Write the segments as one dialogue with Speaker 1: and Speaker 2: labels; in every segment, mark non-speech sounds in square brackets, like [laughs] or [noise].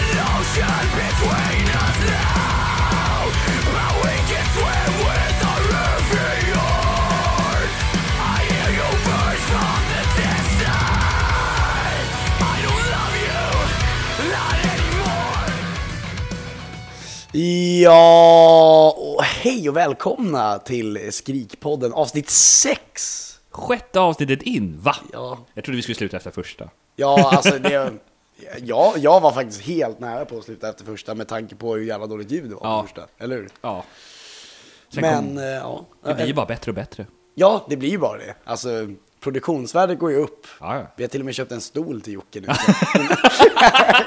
Speaker 1: division between us now. But we can swim with the riviers. I hear you burst from the distance. I don't love you, not anymore.
Speaker 2: Ja, och hej och välkomna till Skrikpodden avsnitt 6!
Speaker 3: Sjätte avsnittet in, va?
Speaker 2: Ja,
Speaker 3: Jag trodde vi skulle sluta efter första.
Speaker 2: ja alltså det... Ja, jag var faktiskt helt nära på att sluta efter första med tanke på hur jävla dåligt ljud det var
Speaker 3: Ja.
Speaker 2: på första, eller hur?
Speaker 3: Ja. Sen
Speaker 2: Men,
Speaker 3: kom,
Speaker 2: eh, ja.
Speaker 3: det blir ju bara bättre och [laughs] bättre.
Speaker 2: Ja, det blir ju bara det. Alltså, produktionsvärdet går ju upp.
Speaker 3: Ja, ja.
Speaker 2: Vi har till och med köpt en stol till
Speaker 3: [laughs]
Speaker 2: Jocke nu.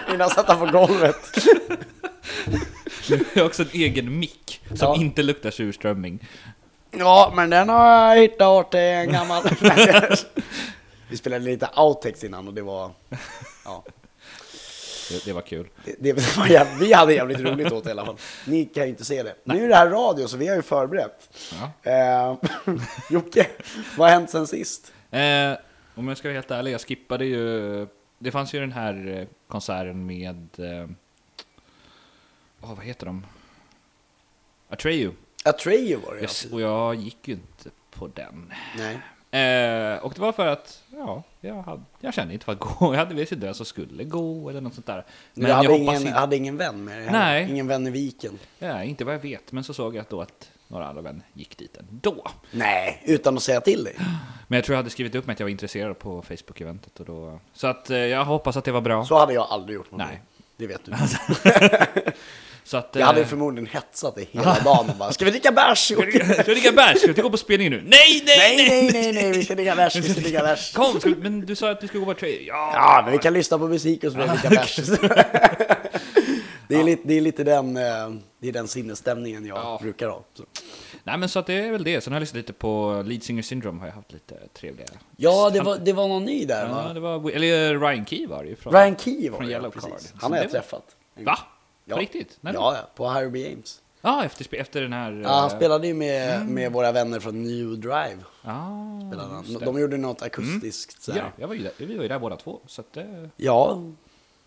Speaker 2: Innan han satt han på golvet.
Speaker 3: Du har också en egen mick som
Speaker 2: Ja.
Speaker 3: inte luktar surströmming.
Speaker 2: Ja, men den har jag hittat åt en
Speaker 3: [laughs]
Speaker 2: gammal... Vi spelade lite outtakes innan och det var... Ja,
Speaker 3: Det, det var kul.
Speaker 2: det, det var jäv... Vi hade jävligt roligt åt det i alla fall. Ni kan ju inte se det. Nu är det här radio, så vi har ju förberett.
Speaker 3: Ja.
Speaker 2: Eh, [laughs] Jocke, vad har hänt sen sist?
Speaker 3: Eh, om jag ska vara helt ärlig, jag skippade ju... Det fanns ju den här eh, konserten med... Eh, åh, vad heter de? Atreyu.
Speaker 2: Atreyu var det
Speaker 3: Jag, s- och jag gick ju inte på den.
Speaker 2: Nej.
Speaker 3: Eh, och det var för att, ja, jag, hade, jag kände inte för att [laughs] gå. Jag hade visst inte vem som skulle gå eller något sånt där.
Speaker 2: Men du hade,
Speaker 3: jag
Speaker 2: ingen,
Speaker 3: inte-
Speaker 2: hade ingen vän med dig?
Speaker 3: Nej.
Speaker 2: Ingen vän i viken?
Speaker 3: Ja, inte vad jag vet, men så såg jag då att några andra vänner gick dit ändå.
Speaker 2: Nej, utan att säga till dig.
Speaker 3: Men jag tror jag hade skrivit upp mig att jag var intresserad på Facebook-eventet och då... Så att eh, jag hoppas att det var bra. Så,
Speaker 2: Så hade jag aldrig gjort. Något
Speaker 3: Nej.
Speaker 2: Det [laughs] vet du.
Speaker 3: att...
Speaker 2: Jag hade ju
Speaker 3: eh,
Speaker 2: förmodligen hetsat dig hela dagen och bara “Ska vi dricka bärs?” Jocke?"
Speaker 3: Ska vi dricka bärs? Ska vi gå på spelning nu? Nej,
Speaker 2: [laughs]
Speaker 3: nej,
Speaker 2: Nej, nej,
Speaker 3: nej!
Speaker 2: nej, nej, vi ska dricka bärs, vi ska dricka bärs.
Speaker 3: Kom, ska, vi- men du sa att du skulle gå på trade. Ja!
Speaker 2: Ja, men vi kan lyssna på musik och så dricka bärs. [laughs] Det är, lite, det är lite den, eh, det är den sinnesstämningen jag
Speaker 3: Ja.
Speaker 2: brukar ha. Så.
Speaker 3: Nej, men så att det är väl det. Sen har jag lyssnat lite på Lead Singer Syndrome, har jag haft lite trevliga...
Speaker 2: Ja, det var, det var någon ny där
Speaker 3: Ja,
Speaker 2: va?
Speaker 3: det var... Eller eh, Ryan Key var det ju. Från,
Speaker 2: Ryan Key var
Speaker 3: från
Speaker 2: det, ja,
Speaker 3: Yellow
Speaker 2: precis.
Speaker 3: Card.
Speaker 2: Han har
Speaker 3: Så
Speaker 2: jag
Speaker 3: det var-
Speaker 2: träffat.
Speaker 3: Va?
Speaker 2: Ja.
Speaker 3: På riktigt? När då?
Speaker 2: Ja, ja, på Harby Games.
Speaker 3: Ja, Mm. efter, spe- efter den här... eh,
Speaker 2: Ja, han spelade ju med, med våra vänner från New Drive.
Speaker 3: Ah,
Speaker 2: Bland annat.
Speaker 3: just det. Mm.
Speaker 2: De gjorde något akustiskt. Så här.
Speaker 3: Ja, jag var ju där, vi var ju där båda två. Så att, eh,
Speaker 2: Ja,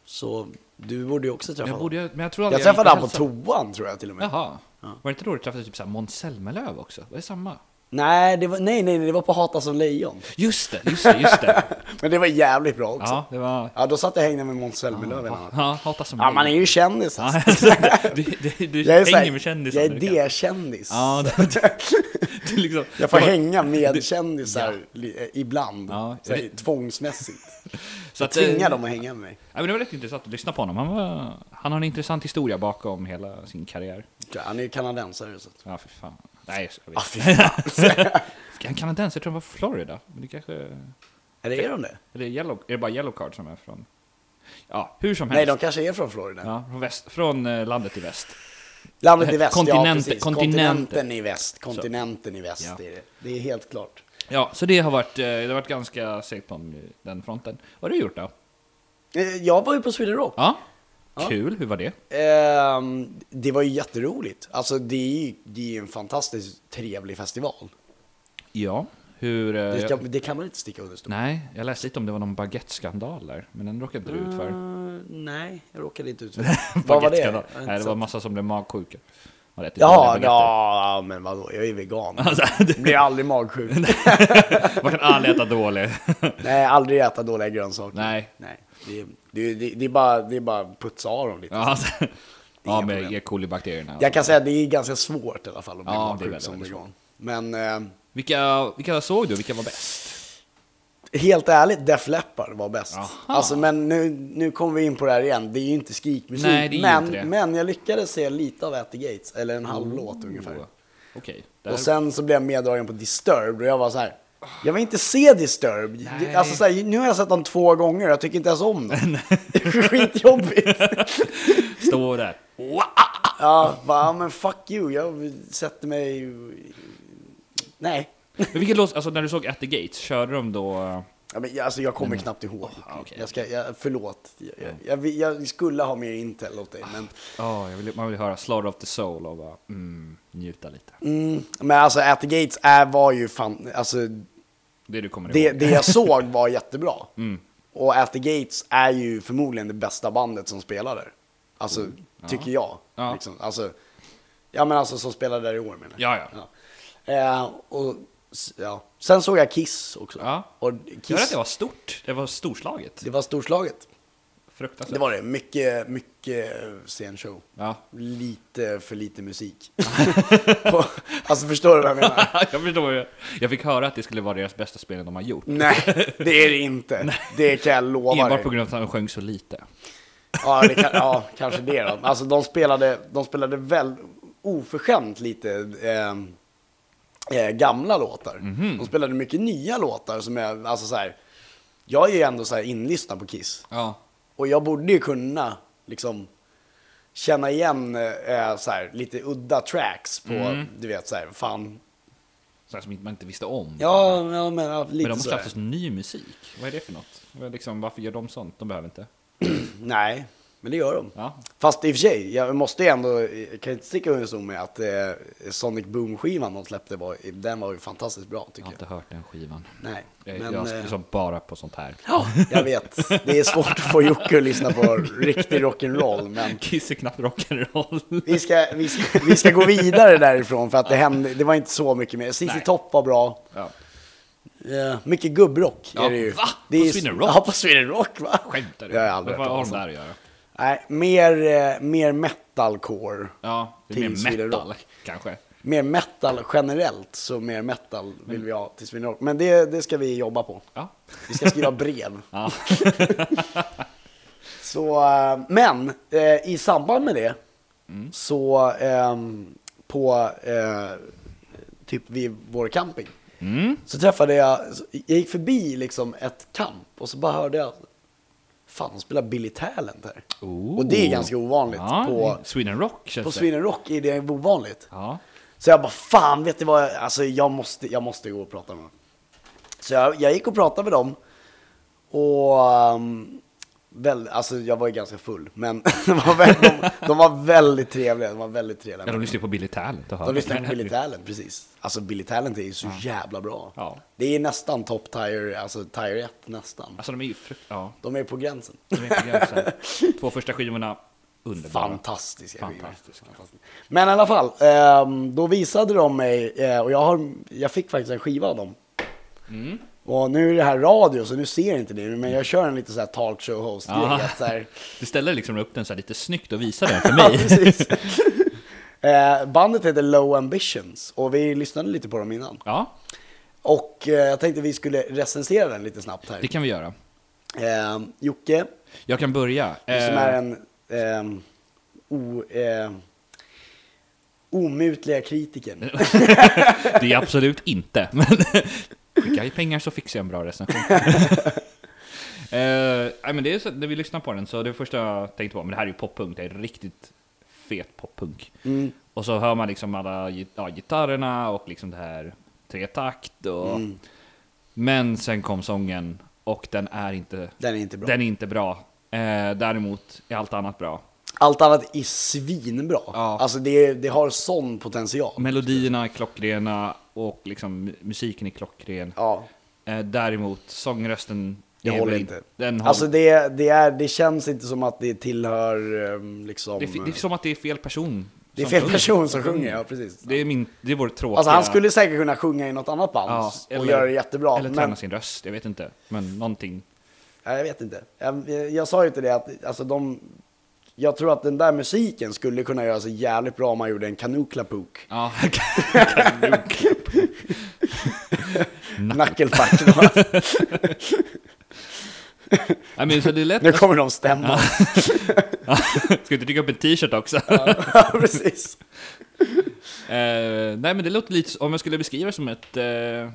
Speaker 2: så du borde ju också träffa
Speaker 3: jag
Speaker 2: honom.
Speaker 3: borde, men jag tror
Speaker 2: Jag
Speaker 3: aldrig
Speaker 2: träffade
Speaker 3: gick
Speaker 2: honom på
Speaker 3: hälsade.
Speaker 2: toan tror jag till och med.
Speaker 3: Jaha. Var det inte då du träffade typ såhär Måns Zelmerlöw också? Var det samma?
Speaker 2: Nej, det var, nej, nej, nej, det var på Hata som lejon.
Speaker 3: Just det, just det,
Speaker 2: [laughs]
Speaker 3: just det.
Speaker 2: Men det var jävligt bra också. Ja,
Speaker 3: ja, det var...
Speaker 2: då satt jag och hängde med Måns Zelmerlöw bland annat.
Speaker 3: Ja, hata som
Speaker 2: Ja, man är ju kändis
Speaker 3: [laughs] Ja,
Speaker 2: alltså.
Speaker 3: du du, du
Speaker 2: Jag är,
Speaker 3: hänger
Speaker 2: såhär,
Speaker 3: med kändisar
Speaker 2: jag är
Speaker 3: nu, kan-
Speaker 2: D-kändis.
Speaker 3: Ja, du, du, du liksom...
Speaker 2: [laughs] Jag får
Speaker 3: du-
Speaker 2: hänga med kändisar li- eh, ibland,
Speaker 3: Ja,
Speaker 2: såhär,
Speaker 3: det-
Speaker 2: tvångsmässigt.
Speaker 3: [laughs] Så att,
Speaker 2: Tvinga
Speaker 3: eh,
Speaker 2: dem att hänga med mig.
Speaker 3: Ja, men det var rätt intressant att lyssna på honom. Han, var, han har en intressant historia bakom hela sin karriär.
Speaker 2: Han är ju kanadensare så att...
Speaker 3: Ja, för fan. Nej, jag
Speaker 2: Ah,
Speaker 3: vet. [laughs]
Speaker 2: fy fan. [laughs]
Speaker 3: Han kan inte ens, jag tror han var från Florida. Men det kanske...
Speaker 2: Är det är de det?
Speaker 3: Eller yellow, är det bara yellow card som är från... Ja, hur som helst.
Speaker 2: Nej, de kanske är från Florida.
Speaker 3: ja, från, väst, från eh, landet i väst.
Speaker 2: Landet i väst, ja
Speaker 3: Kontinenten-
Speaker 2: precis.
Speaker 3: kontinenten.
Speaker 2: Kontinenten i väst, kontinenten i väst
Speaker 3: Ja.
Speaker 2: är det. Det är helt klart.
Speaker 3: Ja, så det har varit, eh, det har varit ganska segt på eh, den fronten. Vad har du gjort då?
Speaker 2: Eh, Jag var ju på Sweden Rock.
Speaker 3: Ja, kul. Hur var det?
Speaker 2: Ehm, det var ju jätteroligt. Alltså det är ju det är ju en fantastiskt trevlig festival.
Speaker 3: Ja, hur... eh,
Speaker 2: Det, ska,
Speaker 3: jag,
Speaker 2: det kan man inte sticka under stol.
Speaker 3: nej, jag läste lite om det var någon baguetteskandal där, men den råkade inte du ut för.
Speaker 2: Eh, nej, jag råkade inte ut
Speaker 3: [laughs]
Speaker 2: för det. Vad var det? Jag
Speaker 3: Baguetteskandal.
Speaker 2: har inte
Speaker 3: Nej, det var
Speaker 2: sett.
Speaker 3: massa som blev magsjuka. Man äter
Speaker 2: Ja,
Speaker 3: dåliga baguetter.
Speaker 2: ja, men vadå, jag är ju vegan.
Speaker 3: Alltså, [laughs]
Speaker 2: Blir aldrig magsjuk.
Speaker 3: Man kan aldrig
Speaker 2: [laughs]
Speaker 3: äta dålig.
Speaker 2: Nej, aldrig äta dåliga grönsaker.
Speaker 3: Nej.
Speaker 2: Nej. Det, är- det, är- det, är bara, det är bara att putsa av dem lite.
Speaker 3: Ja, alltså. ja
Speaker 2: Inga
Speaker 3: med
Speaker 2: problem.
Speaker 3: E. coli-bakterierna.
Speaker 2: Jag kan säga att det är ganska svårt i alla fall att bli
Speaker 3: Ja, det är
Speaker 2: magsjuk
Speaker 3: väldigt,
Speaker 2: som
Speaker 3: väldigt
Speaker 2: vegan. Men eh,
Speaker 3: Vilka, vilka såg du? Vilka var bäst?
Speaker 2: helt ärligt, Def Leppard var bäst.
Speaker 3: Aha.
Speaker 2: Alltså, men nu, nu kommer vi in på det här igen, det är ju inte skrikmusik.
Speaker 3: Nej, det är ju
Speaker 2: men,
Speaker 3: inte det.
Speaker 2: men jag lyckades se lite av At the Gates, eller en halv låt ungefär.
Speaker 3: Okej. där-
Speaker 2: Och sen så blev jag meddragen på Disturbed och jag var så här. Jag vill inte se Disturbed.
Speaker 3: Nej.
Speaker 2: Alltså så här, nu har jag sett dem två gånger och jag tycker inte ens om
Speaker 3: [laughs]
Speaker 2: dem. Det är skitjobbigt. [laughs]
Speaker 3: Står där.
Speaker 2: Ja, bara, ja, men fuck you. Jag sätter mig... Nej.
Speaker 3: Men vilket låt, alltså när du såg At the Gates, körde de då... eh,
Speaker 2: Ja, men, jag- alltså, jag kommer knappt ihåg.
Speaker 3: ah, okej.
Speaker 2: jag ska, jag, förlåt. Jag, jag, jag, vill- jag skulle ha mer intel åt dig. Men,
Speaker 3: Ja, jag vill, man vill höra Slaughter of the Soul och bara mm, njuta lite.
Speaker 2: mm, men alltså, At the Gates är, var ju fan... Alltså,
Speaker 3: Det du kommer
Speaker 2: det,
Speaker 3: ihåg.
Speaker 2: det jag såg
Speaker 3: [laughs] Mm.
Speaker 2: var jättebra. Och At the Gates är ju förmodligen det bästa bandet som spelar där. Alltså, tycker jag.
Speaker 3: Mm. Ja.
Speaker 2: Liksom. Alltså, ja men alltså som spelar där i år menar jag.
Speaker 3: Ja, ja.
Speaker 2: Eh, och, s- ja. Sen såg jag Kiss också.
Speaker 3: Ja.
Speaker 2: Och
Speaker 3: Jag hörde att
Speaker 2: Kiss,
Speaker 3: det var stort. Det var storslaget.
Speaker 2: det var storslaget.
Speaker 3: Fruktansvärt. [laughs]
Speaker 2: Det var det. Mycket, mycket scenshow.
Speaker 3: Ja.
Speaker 2: Lite för lite musik. [laughs] På, alltså förstår du vad jag menar?
Speaker 3: jag förstår ju. Jag fick höra att det skulle vara deras bästa spelning de har gjort.
Speaker 2: Nej, det är det inte. Det kan jag lova
Speaker 3: Enbart
Speaker 2: dig.
Speaker 3: på grund av att han sjöng så lite.
Speaker 2: Ja, det kan, ja, kanske det då. Alltså de spelade, de spelade väl oförskämt lite eh, eh, gamla låtar.
Speaker 3: Mhm.
Speaker 2: De spelade mycket nya låtar som är, alltså så här. Jag är ju ändå så här inlyssnad på Kiss.
Speaker 3: Ja.
Speaker 2: Och jag borde ju kunna liksom känna igen eh, så här, lite udda tracks på,
Speaker 3: Mm.
Speaker 2: du vet så här, fan.
Speaker 3: Sådär som man inte visste om.
Speaker 2: Ja, ja men ja,
Speaker 3: Men de
Speaker 2: lite
Speaker 3: har
Speaker 2: så
Speaker 3: släppt
Speaker 2: här.
Speaker 3: oss ny musik. Vad är det för något? Vad är Liksom, varför gör de sånt? De behöver inte.
Speaker 2: [clears throat] Nej, men det gör de.
Speaker 3: Ja.
Speaker 2: Fast i och för sig, jag måste ju ändå, jag kan inte sticka under stol med att eh, Sonic Boom-skivan de släppte, var, den var ju fantastiskt bra
Speaker 3: Jag
Speaker 2: tycker
Speaker 3: har
Speaker 2: jag.
Speaker 3: inte hört den skivan.
Speaker 2: Nej,
Speaker 3: Jag,
Speaker 2: men
Speaker 3: jag
Speaker 2: eh,
Speaker 3: liksom bara på sånt här.
Speaker 2: ja, jag vet, det är svårt att få Jocke att lyssna på riktig rock'n'roll, men
Speaker 3: [laughs] Kiss är knappt rock'n'roll.
Speaker 2: vi ska, vi, ska, vi ska gå vidare därifrån för att det hände, det var inte så mycket mer. ZZ
Speaker 3: Nej.
Speaker 2: Topp var bra,
Speaker 3: Ja.
Speaker 2: eh, mycket gubbrock
Speaker 3: Ja,
Speaker 2: är det ju.
Speaker 3: va?
Speaker 2: Det är,
Speaker 3: På Sweden Rock?
Speaker 2: Ja, på Sweden Rock va?
Speaker 3: Skämtar du?
Speaker 2: Det har jag aldrig
Speaker 3: Vad
Speaker 2: hört
Speaker 3: har
Speaker 2: talas
Speaker 3: de
Speaker 2: om.
Speaker 3: där att göra?
Speaker 2: Nej, mer, eh, mer metalcore.
Speaker 3: Ja, det
Speaker 2: Till
Speaker 3: är mer
Speaker 2: Sweden
Speaker 3: metal
Speaker 2: Rock.
Speaker 3: kanske.
Speaker 2: mer metal generellt, så mer metal vill vi ha till Sweden Rock. Men det, det ska vi jobba på.
Speaker 3: Mm. Ja.
Speaker 2: Vi ska skriva brev. [laughs]
Speaker 3: Ja.
Speaker 2: Så, eh, men eh, i samband med det
Speaker 3: Mm.
Speaker 2: så eh, på eh, typ vid vår camping
Speaker 3: Mm.
Speaker 2: så träffade jag, jag gick förbi liksom ett kamp och så bara hörde jag Fan, de spelar Billy Talent här.
Speaker 3: Oh.
Speaker 2: Och det är ganska ovanligt
Speaker 3: Ja,
Speaker 2: på,
Speaker 3: Sweden Rock känns
Speaker 2: på
Speaker 3: det.
Speaker 2: Sweden Rock. Är det ovanligt?
Speaker 3: Ja.
Speaker 2: Så jag bara, fan vet du vad, jag, alltså jag måste, jag måste gå och prata med dem. Så jag, jag gick och pratade med dem. Och, um, väl, alltså jag var ju ganska full, men [laughs] de var, väl, de, de var väldigt trevliga. De var väldigt trevliga.
Speaker 3: ja, de lyssnar ju på Billy Talent.
Speaker 2: De lyssnade på Billy Talent, precis. Alltså Billy Talent är ju så jävla bra.
Speaker 3: Ja.
Speaker 2: Det är nästan top tire, alltså tire 1 nästan.
Speaker 3: Alltså de är ju frukt... Ja,
Speaker 2: De är på gränsen.
Speaker 3: de är på gränsen.
Speaker 2: [laughs]
Speaker 3: Två första skivorna, underbara.
Speaker 2: Fantastiska skivor.
Speaker 3: Fantastiska.
Speaker 2: Men i alla fall, ehm, då visade de mig, eh, och jag, har, jag fick faktiskt en skiva av dem.
Speaker 3: Mm.
Speaker 2: Och nu är det här radio, så nu ser inte ni, men jag kör en lite så här talkshow host
Speaker 3: Ja. [laughs]
Speaker 2: här.
Speaker 3: Du ställer liksom upp den så här lite snyggt och visar den för
Speaker 2: Ja, [laughs]
Speaker 3: mig.
Speaker 2: precis. Eh, bandet heter Low Ambitions och vi lyssnade lite på dem innan.
Speaker 3: ja,
Speaker 2: Och eh, jag tänkte vi skulle recensera den lite snabbt här.
Speaker 3: det kan vi göra.
Speaker 2: Eh, Jocke,
Speaker 3: Jag kan börja.
Speaker 2: Du som är
Speaker 3: Eh,
Speaker 2: en ehm, o, eh, omutliga
Speaker 3: [laughs]
Speaker 2: kritiker.
Speaker 3: Det är absolut inte. [laughs] Men skicka i pengar så fixar jag en
Speaker 2: [laughs]
Speaker 3: bra recension. Eh, nej, men det är så, när vi lyssnar på den så det första jag tänkte på, men det här är ju poppunk, det är riktigt fet poppunk.
Speaker 2: Mm.
Speaker 3: Och så hör man liksom alla git- ja, gitarrerna och liksom det här tretakt och...
Speaker 2: Mm.
Speaker 3: Men sen kom sången och den är inte,
Speaker 2: Den är inte bra.
Speaker 3: den är inte bra. Eh, däremot är allt annat bra.
Speaker 2: Allt annat är svinbra.
Speaker 3: Ja.
Speaker 2: Alltså det, det har sån potential.
Speaker 3: Melodierna är klockrena och liksom musiken är klockren.
Speaker 2: Ja,
Speaker 3: Eh, däremot, sångrösten...
Speaker 2: det
Speaker 3: är
Speaker 2: håller
Speaker 3: väl-
Speaker 2: inte.
Speaker 3: Den håller,
Speaker 2: Alltså det, det, är, det känns inte som att det tillhör ehm, liksom...
Speaker 3: det, är, fi- det är som att det är fel person.
Speaker 2: Det är
Speaker 3: som
Speaker 2: fel
Speaker 3: sjunger.
Speaker 2: person som sjunger, ja precis.
Speaker 3: Det är, min, det är vår tråkiga...
Speaker 2: Alltså han skulle säkert kunna sjunga i något annat band
Speaker 3: Ja,
Speaker 2: och
Speaker 3: eller-
Speaker 2: göra det jättebra.
Speaker 3: Eller träna
Speaker 2: men,
Speaker 3: sin röst, jag vet inte. Men någonting.
Speaker 2: Ja, jag vet inte. Jag, jag, jag sa ju till det att alltså, de, jag tror att den där musiken skulle kunna göra sig jävligt bra om man gjorde en kanuklapuk.
Speaker 3: [laughs] Ja, kanonklapp.
Speaker 2: Nackelfack.
Speaker 3: [laughs] Nej, men så det är
Speaker 2: [laughs]
Speaker 3: lätt...
Speaker 2: nu kommer de stämma.
Speaker 3: [laughs] Ska inte trycka upp en t-shirt också? [laughs]
Speaker 2: Ja, precis.
Speaker 3: Eh, nej men det låter lite, om jag skulle beskriva det som ett, eh,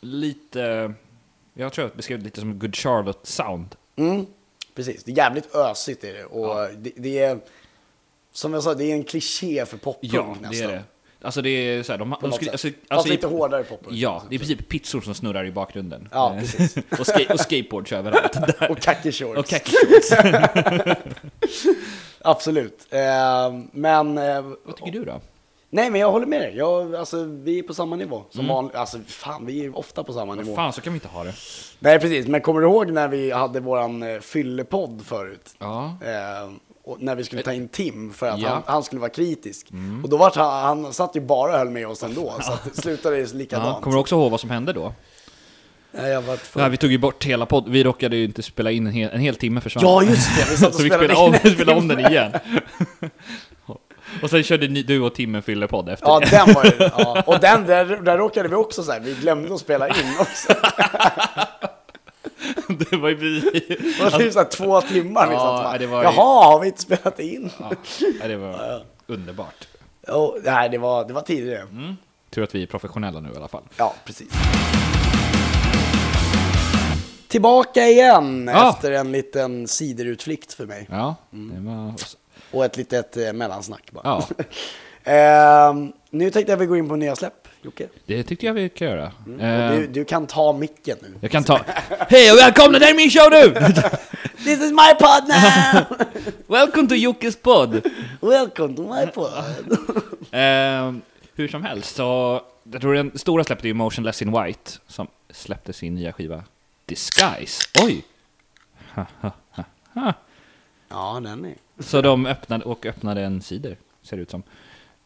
Speaker 3: lite, jag tror jag beskrev det lite som Good Charlotte-sound.
Speaker 2: Mm, precis. Det är jävligt ösigt är det. Och det, det är, som jag sa, det är en kliché för poppunk
Speaker 3: Ja, det
Speaker 2: nästan.
Speaker 3: är det. Alltså det är såhär, de, de
Speaker 2: något
Speaker 3: skulle,
Speaker 2: sätt.
Speaker 3: alltså,
Speaker 2: Fast
Speaker 3: alltså, i-
Speaker 2: lite hårdare poppunk.
Speaker 3: Ja, det är i princip pizzor som snurrar i bakgrunden.
Speaker 2: Ja,
Speaker 3: Eh,
Speaker 2: precis.
Speaker 3: [laughs] och, ska, och skateboards överallt. Där.
Speaker 2: Och khaki shorts.
Speaker 3: Och kaktus.
Speaker 2: Absolut. Eh, men... eh,
Speaker 3: Vad tycker du då?
Speaker 2: Nej, men jag håller med dig. Jag, alltså, vi är på samma nivå som vanligt. Alltså, fan, vi är ofta på samma nivå.
Speaker 3: Mm. Fan, så kan vi inte ha det.
Speaker 2: Nej, precis. Men kommer du ihåg när vi hade våran eh, fyllepodd förut?
Speaker 3: Ja.
Speaker 2: Eh, och när vi skulle ta in Tim för att
Speaker 3: Ja. Mm.
Speaker 2: han, han skulle vara kritisk. Och då var han, han satt ju bara och höll med oss ändå, så att det slutade likadant.
Speaker 3: Ja, kommer du också ihåg vad som hände då?
Speaker 2: Nej, jag var
Speaker 3: Ja,
Speaker 2: för...
Speaker 3: vi tog ju bort hela podden, vi råkade ju inte spela in en hel, en hel timme försvann.
Speaker 2: Ja, just det! Vi satt och
Speaker 3: [laughs] så vi
Speaker 2: spelade
Speaker 3: spelade
Speaker 2: in
Speaker 3: om,
Speaker 2: en
Speaker 3: spelade om den igen. [laughs] och sen körde ni, du och Timmen fyller podd efter
Speaker 2: Ja,
Speaker 3: det.
Speaker 2: den var ju... Ja. Och den, där, där råkade vi också så här, vi glömde att spela in också.
Speaker 3: [laughs] det var ju
Speaker 2: [laughs]
Speaker 3: vi.
Speaker 2: Det var typ så här två timmar vi
Speaker 3: Ja,
Speaker 2: satt och bara,
Speaker 3: det var ju-
Speaker 2: Jaha, har vi inte spelat in?
Speaker 3: Ja, ja, det var underbart.
Speaker 2: Och, nej, det var, det var tidigare.
Speaker 3: Mm. Tur att vi är professionella nu i alla fall.
Speaker 2: Ja, precis. Tillbaka igen
Speaker 3: Ja.
Speaker 2: efter en liten siderutflykt för mig.
Speaker 3: Ja,
Speaker 2: Mm.
Speaker 3: det var...
Speaker 2: Och ett litet eh, mellansnack bara.
Speaker 3: Ja,
Speaker 2: [laughs] Ehm, nu tänkte jag vi gå in på nya släpp, Jocke.
Speaker 3: det tyckte jag vi kan göra.
Speaker 2: Och
Speaker 3: Eh,
Speaker 2: Du, du kan ta micken nu.
Speaker 3: Jag kan ta... Hej och välkomna, det här är min show nu!
Speaker 2: This is my pod now!
Speaker 3: [laughs] Welcome to Jockes podd!
Speaker 2: [laughs] Welcome to my pod!
Speaker 3: Eh, hur som helst, så jag tror den stora släppte ju Motionless in White, som släppte sin nya skiva Disguise. Oj!
Speaker 2: ja, den är...
Speaker 3: Så de öppnade, och öppnade en cider, ser det ut som.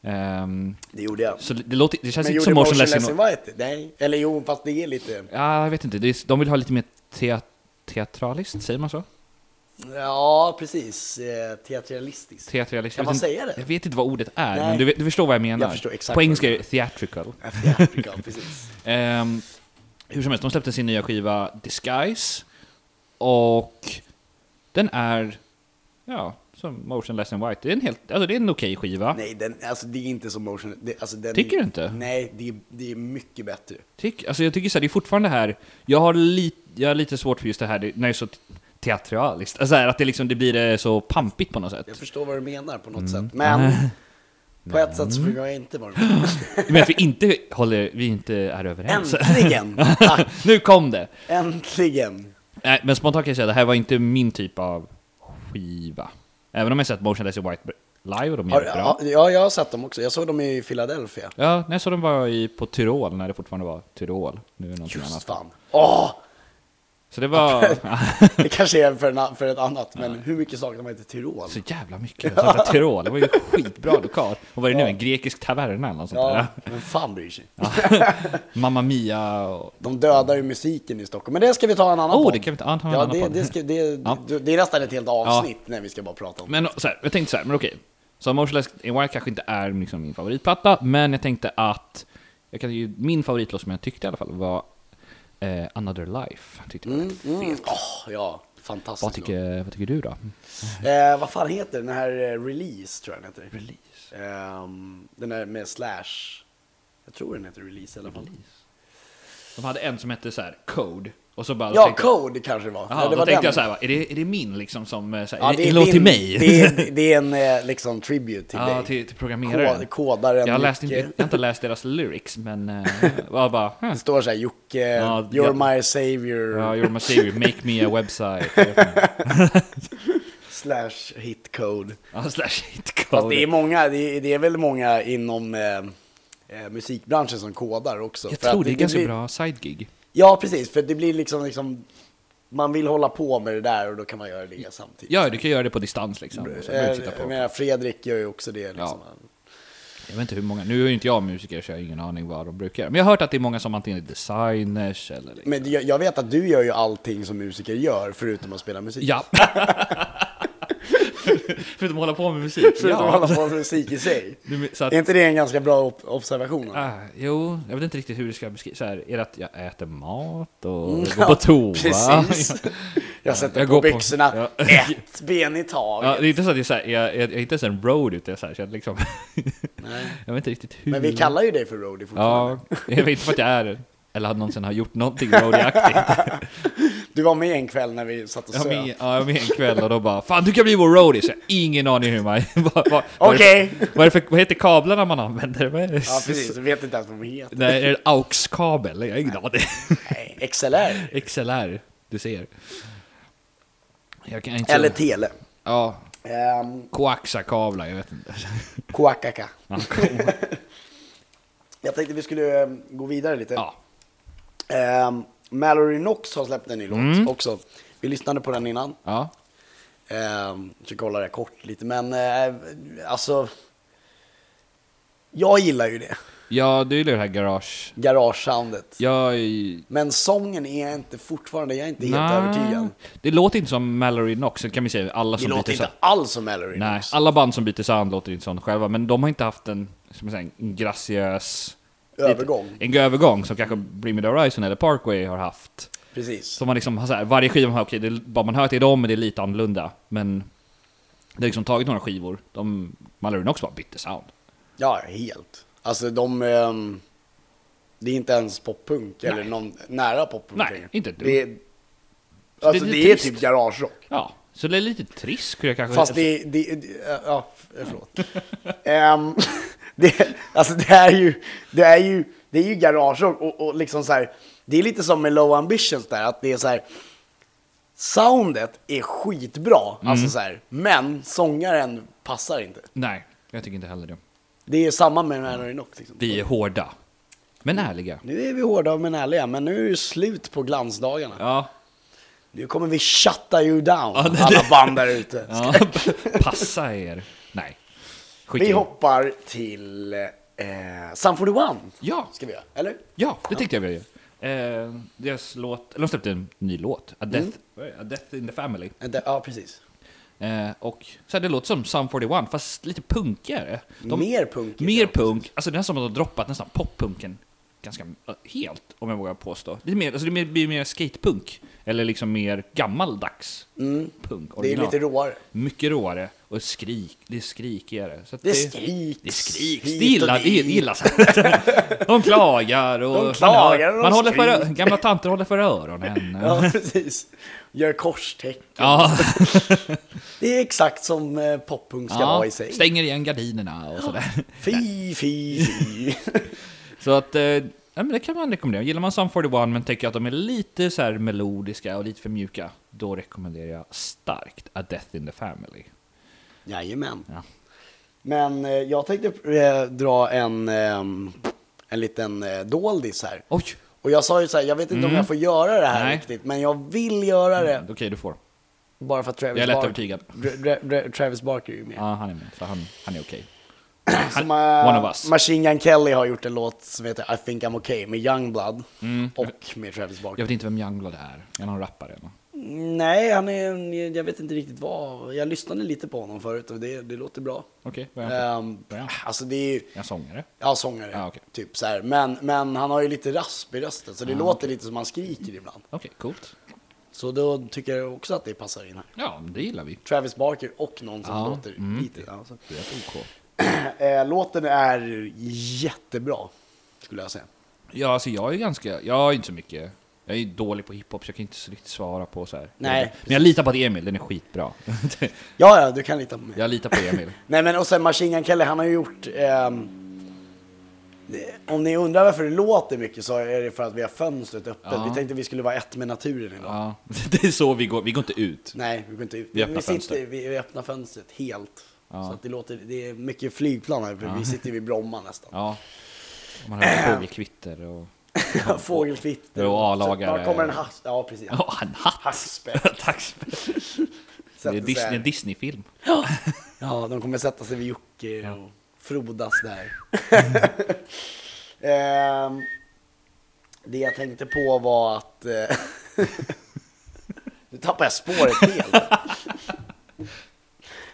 Speaker 3: Ehm,
Speaker 2: Det gjorde jag.
Speaker 3: så det, låter, det känns
Speaker 2: Men
Speaker 3: inte
Speaker 2: gjorde
Speaker 3: som
Speaker 2: Motionless
Speaker 3: Motionless in
Speaker 2: in
Speaker 3: White.
Speaker 2: White? Nej. Eller jo, fast det är lite...
Speaker 3: Ja, jag vet inte, det är, de vill ha lite mer te, teatraliskt, säger man så?
Speaker 2: Ja, precis. Eh, teatralistiskt.
Speaker 3: Teatraliskt.
Speaker 2: Kan
Speaker 3: jag vet
Speaker 2: man
Speaker 3: inte-
Speaker 2: säga det?
Speaker 3: Jag vet inte vad ordet är,
Speaker 2: Nej.
Speaker 3: men du, vet- du förstår vad jag menar.
Speaker 2: Jag förstår exakt
Speaker 3: På
Speaker 2: vad
Speaker 3: engelska
Speaker 2: du
Speaker 3: är det theatrical.
Speaker 2: Teatrical, [laughs] precis.
Speaker 3: Ehm, hur som helst, de släppte sin nya skiva Disguise. Och den är, ja, som Motionless in White. Det är en, helt, alltså det är en okej skiva.
Speaker 2: Nej, den, alltså, det är inte som motion. Det, alltså, den
Speaker 3: Tycker
Speaker 2: är,
Speaker 3: du inte?
Speaker 2: Nej, det är, det är mycket bättre.
Speaker 3: Tyck, alltså jag tycker så här, det är fortfarande här, jag har, li, jag har lite svårt för just det här, det, när det är så te- teatraliskt. Alltså här, att det, liksom, det blir eh, så pampigt på något
Speaker 2: Jag
Speaker 3: sätt.
Speaker 2: förstår vad du menar på något
Speaker 3: Mm.
Speaker 2: sätt. Men på ett sätt så förstår jag inte vad du menar.
Speaker 3: Men att vi inte, håller, vi inte är överens.
Speaker 2: Äntligen! Tack,
Speaker 3: [laughs] nu kom det!
Speaker 2: äntligen!
Speaker 3: Nej, men spontant kan jag säga, det här var inte min typ av skiva. Även om jag sett Motionless in White live och de gör
Speaker 2: Har,
Speaker 3: det bra.
Speaker 2: ja, ja, jag har sett dem också. Jag såg dem i Philadelphia.
Speaker 3: Ja, när jag såg den var i, på Tyrol, när det fortfarande var Tyrol. Nu är det någonting
Speaker 2: Just
Speaker 3: annat.
Speaker 2: fan. Åh!
Speaker 3: Så det [laughs] var
Speaker 2: Det kanske är för, en, a- för ett annat, men hur mycket saknar man inte Tyrol?
Speaker 3: så jävla mycket. Jag satt där Tyrol, det var ju skitbra lokal. Och vad är det nu, en grekisk taverna eller något sånt
Speaker 2: Ja,
Speaker 3: där?
Speaker 2: men fan bryr sig?
Speaker 3: Mamma Mia och...
Speaker 2: De dödar ju musiken i Stockholm, men det ska vi ta en annan
Speaker 3: Oh,
Speaker 2: podd.
Speaker 3: det kan vi ta- ja, ta en
Speaker 2: ja,
Speaker 3: annan
Speaker 2: det,
Speaker 3: podd.
Speaker 2: det, ska, det,
Speaker 3: Ja.
Speaker 2: det, det är nästan ett helt avsnitt när vi ska bara prata om
Speaker 3: Men så här, jag tänkte så här, men okej. Så Motionless in White kanske inte är liksom min favoritplatta, men jag tänkte att... Jag kan ju, min favoritlåt som jag tyckte i alla fall var eh, Another Life. Tyckte jag var rätt fet.
Speaker 2: Mm, åh, ja, fantastiskt.
Speaker 3: vad, tycker, vad tycker du då?
Speaker 2: låt. Eh, vad fan heter den här eh, Release, tror jag den heter.
Speaker 3: Release.
Speaker 2: Ehm, den där med Slash. Jag tror den heter Release i alla fall.
Speaker 3: De hade en som hette så här Code. Och så bara, då
Speaker 2: Ja,
Speaker 3: tänkte jag-
Speaker 2: Code kanske det var.
Speaker 3: Jaha,
Speaker 2: ja, det
Speaker 3: då
Speaker 2: var
Speaker 3: tänkte
Speaker 2: den.
Speaker 3: jag så här, va, är det, är det min liksom som, eh, så här,
Speaker 2: Ja,
Speaker 3: är det, är låt
Speaker 2: din-
Speaker 3: till mig?
Speaker 2: Det är, det är en eh, liksom tribute till
Speaker 3: ja,
Speaker 2: dig.
Speaker 3: till, till programmeraren.
Speaker 2: Kod- kodaren
Speaker 3: jag, har läst inte,
Speaker 2: Jocke.
Speaker 3: jag har inte läst deras lyrics, men eh, jag bara, huh.
Speaker 2: Det står så här Jocke,
Speaker 3: Ja,
Speaker 2: you're
Speaker 3: ja.
Speaker 2: my savior,
Speaker 3: Ja, you're my savior, make me a
Speaker 2: [laughs]
Speaker 3: website.
Speaker 2: slash hit code.
Speaker 3: Ja, slash
Speaker 2: Fast det är
Speaker 3: hitcode.
Speaker 2: många, det är, det är väl många inom eh, eh, musikbranschen som kodar också.
Speaker 3: Jag
Speaker 2: För
Speaker 3: tror
Speaker 2: att
Speaker 3: det är ganska
Speaker 2: blir,
Speaker 3: bra sidegig.
Speaker 2: Ja, precis, för det blir liksom, liksom, man vill hålla på med det där och då kan man göra det samtidigt.
Speaker 3: Ja, du kan göra det på distans liksom. Och så
Speaker 2: Eh,
Speaker 3: kan du titta
Speaker 2: jag
Speaker 3: på.
Speaker 2: menar, Fredrik gör ju också det. Liksom.
Speaker 3: Jag vet inte hur många, nu är ju inte jag musiker så jag har ingen aning vad de brukar göra. Men jag har hört att det är många som antingen är designers eller... Liksom.
Speaker 2: Men jag, jag vet att du gör ju allting som musiker gör, förutom att spela musik.
Speaker 3: Ja. [laughs] Förutom att hålla på med musik.
Speaker 2: Förutom att
Speaker 3: ja.
Speaker 2: hålla på med musik i sig.
Speaker 3: Du, så att,
Speaker 2: Är inte det en ganska bra ob- observation? Anna?
Speaker 3: ah, jo, jag vet inte riktigt hur det ska beskrivas. Så här, Är det att jag äter mat och går på toa?
Speaker 2: Mm. Precis. Jag sätter
Speaker 3: jag
Speaker 2: på
Speaker 3: går på-
Speaker 2: byxorna
Speaker 3: Ja.
Speaker 2: ett ben i taget.
Speaker 3: [laughs] Ja, det är inte så att jag, så här, jag, jag, jag är inte ens en road ute, så här, så jag, liksom, [laughs] jag vet inte riktigt hur.
Speaker 2: Men vi kallar ju dig för roadie fortfarande.
Speaker 3: Ja, jag vet inte för att jag är eller hade någonsin har gjort någonting
Speaker 2: [laughs]
Speaker 3: roadieaktigt.
Speaker 2: Du var med en kväll när vi satt och
Speaker 3: Jag var
Speaker 2: söp.
Speaker 3: med, ja, jag var med en kväll och då bara Fan du kan bli vår roadie! Så jag har ingen aning hur man... [laughs] vad- vad- vad är det för-
Speaker 2: Okej.
Speaker 3: Vad, är det för- vad heter kablarna man använder? Vad är det?
Speaker 2: Ja, precis. Jag vet inte ens vad de heter.
Speaker 3: Nej, är det AUX-kabel? Jag har ingen aning. [laughs]
Speaker 2: Nej, XLR.
Speaker 3: XLR, du ser. Jag kan inte...
Speaker 2: Eller tele.
Speaker 3: Ja,
Speaker 2: Um,
Speaker 3: koaxakablar, jag vet inte.
Speaker 2: Kouakaka.
Speaker 3: Ja,
Speaker 2: [laughs] Jag tänkte vi skulle ehm, gå vidare lite.
Speaker 3: ja. Mm.
Speaker 2: Ehm, Mallory Knox har släppt en ny låt också. Vi lyssnade på den innan.
Speaker 3: ja.
Speaker 2: Ehm, så kollar jag kort lite, men eh, alltså. Jag gillar ju det,
Speaker 3: Ja, det är ju det här garage.
Speaker 2: garagesoundet.
Speaker 3: Jag är
Speaker 2: Men sången är jag inte fortfarande, jag är inte helt övertygad.
Speaker 3: Det låter inte som Mallory Knox, det kan vi säga. Alla
Speaker 2: Det
Speaker 3: som
Speaker 2: låter
Speaker 3: byter
Speaker 2: inte
Speaker 3: sound.
Speaker 2: alls som Mallory
Speaker 3: Nej,
Speaker 2: Knox.
Speaker 3: alla band som byter sound låter inte sånt själva, men de har inte haft en, som säga, en graciös...
Speaker 2: Övergång.
Speaker 3: En övergång som kanske Bring Me The Horizon eller Parkway har haft.
Speaker 2: Precis.
Speaker 3: Som man liksom har så här, varje skiva man har, okej, det är vad man hör till dem, men det är lite annorlunda. Men det har liksom tagit några skivor. De, Mallory Knox bara bytte sound.
Speaker 2: Ja, helt. Alltså de... ehm, det är inte ens poppunk eller
Speaker 3: Nej.
Speaker 2: någon nära poppunk
Speaker 3: Nej,
Speaker 2: längre.
Speaker 3: inte ett dugg.
Speaker 2: det är, Alltså
Speaker 3: det är
Speaker 2: det
Speaker 3: lite
Speaker 2: är
Speaker 3: trist.
Speaker 2: typ garagerock.
Speaker 3: Ja, så det är lite trist skulle jag kanske...
Speaker 2: Fast det, det, det ja, förlåt. Ehm, [laughs] det, alltså det är ju, det är ju, det är ju garagerock och, och liksom så här, det är lite som med Low Ambitions där, att det är så här, soundet är skitbra,
Speaker 3: Mm.
Speaker 2: alltså så här, men sångaren passar inte.
Speaker 3: Nej, jag tycker inte heller det.
Speaker 2: Det är samma med Manor Knox liksom.
Speaker 3: Vi är hårda, men ärliga.
Speaker 2: Nu är vi hårda men ärliga, men nu är det slut på glansdagarna.
Speaker 3: Ja,
Speaker 2: Nu kommer vi shutta you down,
Speaker 3: det-
Speaker 2: alla band där ute.
Speaker 3: ja. [laughs] passa er. Nej, skit i
Speaker 2: Vi
Speaker 3: det.
Speaker 2: hoppar till eh, Sum 41.
Speaker 3: Ja.
Speaker 2: Ska vi göra, eller?
Speaker 3: Ja, det tyckte jag vi gjorde. Eh, deras låt, eller de släppte en ny låt, A
Speaker 2: Mm.
Speaker 3: Death, A Death in the Family.
Speaker 2: Vänta, Ja, precis.
Speaker 3: Eh, och så här, det låter som Sum 41, fast lite punkigare. De-
Speaker 2: Mer punk.
Speaker 3: Mer punk, alltså det är som att de har droppat nästan poppunken ganska eh, helt, om jag vågar påstå. Det, är mer, alltså det blir- blir mer skatepunk, eller liksom mer gammaldags punk.
Speaker 2: Mm. Det är
Speaker 3: original.
Speaker 2: lite råare.
Speaker 3: Mycket råare och skrik, det är skrikigare. Så att
Speaker 2: Det skriks
Speaker 3: Det skriks,
Speaker 2: hit
Speaker 3: det gillar,
Speaker 2: och
Speaker 3: det
Speaker 2: dit.
Speaker 3: gillas. [laughs] De klagar och...
Speaker 2: De klagar och de
Speaker 3: man håller för, ö-
Speaker 2: skriker.
Speaker 3: gamla tanter håller för öronen.
Speaker 2: [laughs] Ja, precis. Gör korstecken.
Speaker 3: Ja.
Speaker 2: Det är exakt som eh, poppunk ska
Speaker 3: Ja,
Speaker 2: vara i sig.
Speaker 3: stänger igen gardinerna och sådär.
Speaker 2: Fy, fy, fy.
Speaker 3: Så att, eh, ja, men det kan man rekommendera. Gillar man Sum 41 men tycker att de är lite så här melodiska och lite för mjuka, då rekommenderar jag starkt A Death in the Family.
Speaker 2: Jajamän.
Speaker 3: Ja.
Speaker 2: Men eh, jag tänkte eh, dra en, ehm, en liten eh, doldis här.
Speaker 3: Oj!
Speaker 2: Och jag sa ju så här, jag vet inte om jag får göra det här
Speaker 3: Mm. Nej.
Speaker 2: riktigt, men jag vill göra det.
Speaker 3: Okej, du får.
Speaker 2: Bara för att Travis
Speaker 3: Jag är lätt
Speaker 2: Barker-
Speaker 3: övertygad.
Speaker 2: Dra- Dra- Dra- Travis Barker är ju med.
Speaker 3: Ja, han är med, så han, han är okej.
Speaker 2: Som,
Speaker 3: Han-
Speaker 2: eh,
Speaker 3: one of us.
Speaker 2: Machine Gun Kelly har gjort en låt som heter I think I'm okay med Youngblood
Speaker 3: Mm.
Speaker 2: och med Travis Barker.
Speaker 3: Jag vet inte vem Youngblood är. Är han någon rappare? eller?
Speaker 2: Nej, han är, en- jag vet inte riktigt vad. Jag lyssnade lite på honom förut och det, det låter bra.
Speaker 3: Okej, vad är han?
Speaker 2: Ehm,
Speaker 3: Bra.
Speaker 2: alltså det är ju,
Speaker 3: Är han sångare?
Speaker 2: ja sångare,
Speaker 3: Ja, okej.
Speaker 2: typ så här. Men, men han har ju lite rasp i rösten så det låter lite som han skriker ibland.
Speaker 3: Okej, coolt.
Speaker 2: Så då tycker jag också att det passar in här.
Speaker 3: Ja, det gillar vi.
Speaker 2: Travis Barker och någon som
Speaker 3: Ja,
Speaker 2: låter
Speaker 3: mm.
Speaker 2: lite. Alltså.
Speaker 3: Det är rätt OK.
Speaker 2: [clears throat] Eh, låten är jättebra, skulle jag säga.
Speaker 3: Ja, alltså jag är ganska... Jag är inte så mycket... Jag är dålig på hiphop så jag kan inte så riktigt svara på så här.
Speaker 2: Nej,
Speaker 3: Men jag litar på att Emil, den är skitbra. [laughs]
Speaker 2: Ja, ja, du kan lita på mig.
Speaker 3: jag litar på Emil.
Speaker 2: Nej men och sen Machine Gun Kelly, han har ju gjort... ehm, om ni undrar varför det låter mycket så är det för att vi har fönstret öppet.
Speaker 3: Ja.
Speaker 2: Vi tänkte vi skulle vara ett med naturen idag.
Speaker 3: Ja, [laughs] det är så vi går. Vi går inte ut.
Speaker 2: Nej, vi går inte ut.
Speaker 3: typ. Vi öppnar
Speaker 2: vi, sitter,
Speaker 3: fönster.
Speaker 2: vi, vi öppnar fönstret helt.
Speaker 3: Ja.
Speaker 2: Så att det låter, det är mycket flygplan här, för vi sitter vid Bromma nästan.
Speaker 3: Ja. Om Man har fågelkvitter och...
Speaker 2: [laughs] Fågelkvitter.
Speaker 3: Och A-lagare.
Speaker 2: Så snart kommer en hass... Ja, precis.
Speaker 3: Ja, en hatt! [laughs]
Speaker 2: Hackspett.
Speaker 3: Tack! så mycket. Det är
Speaker 2: Sätter sig
Speaker 3: Disney-
Speaker 2: här.
Speaker 3: en Disney-film.
Speaker 2: Ja, de kommer sätta sig vid Jocke och frodas
Speaker 3: [laughs]
Speaker 2: där. Ehm, det jag tänkte på var att... eh, [laughs] nu tappar jag spåret helt.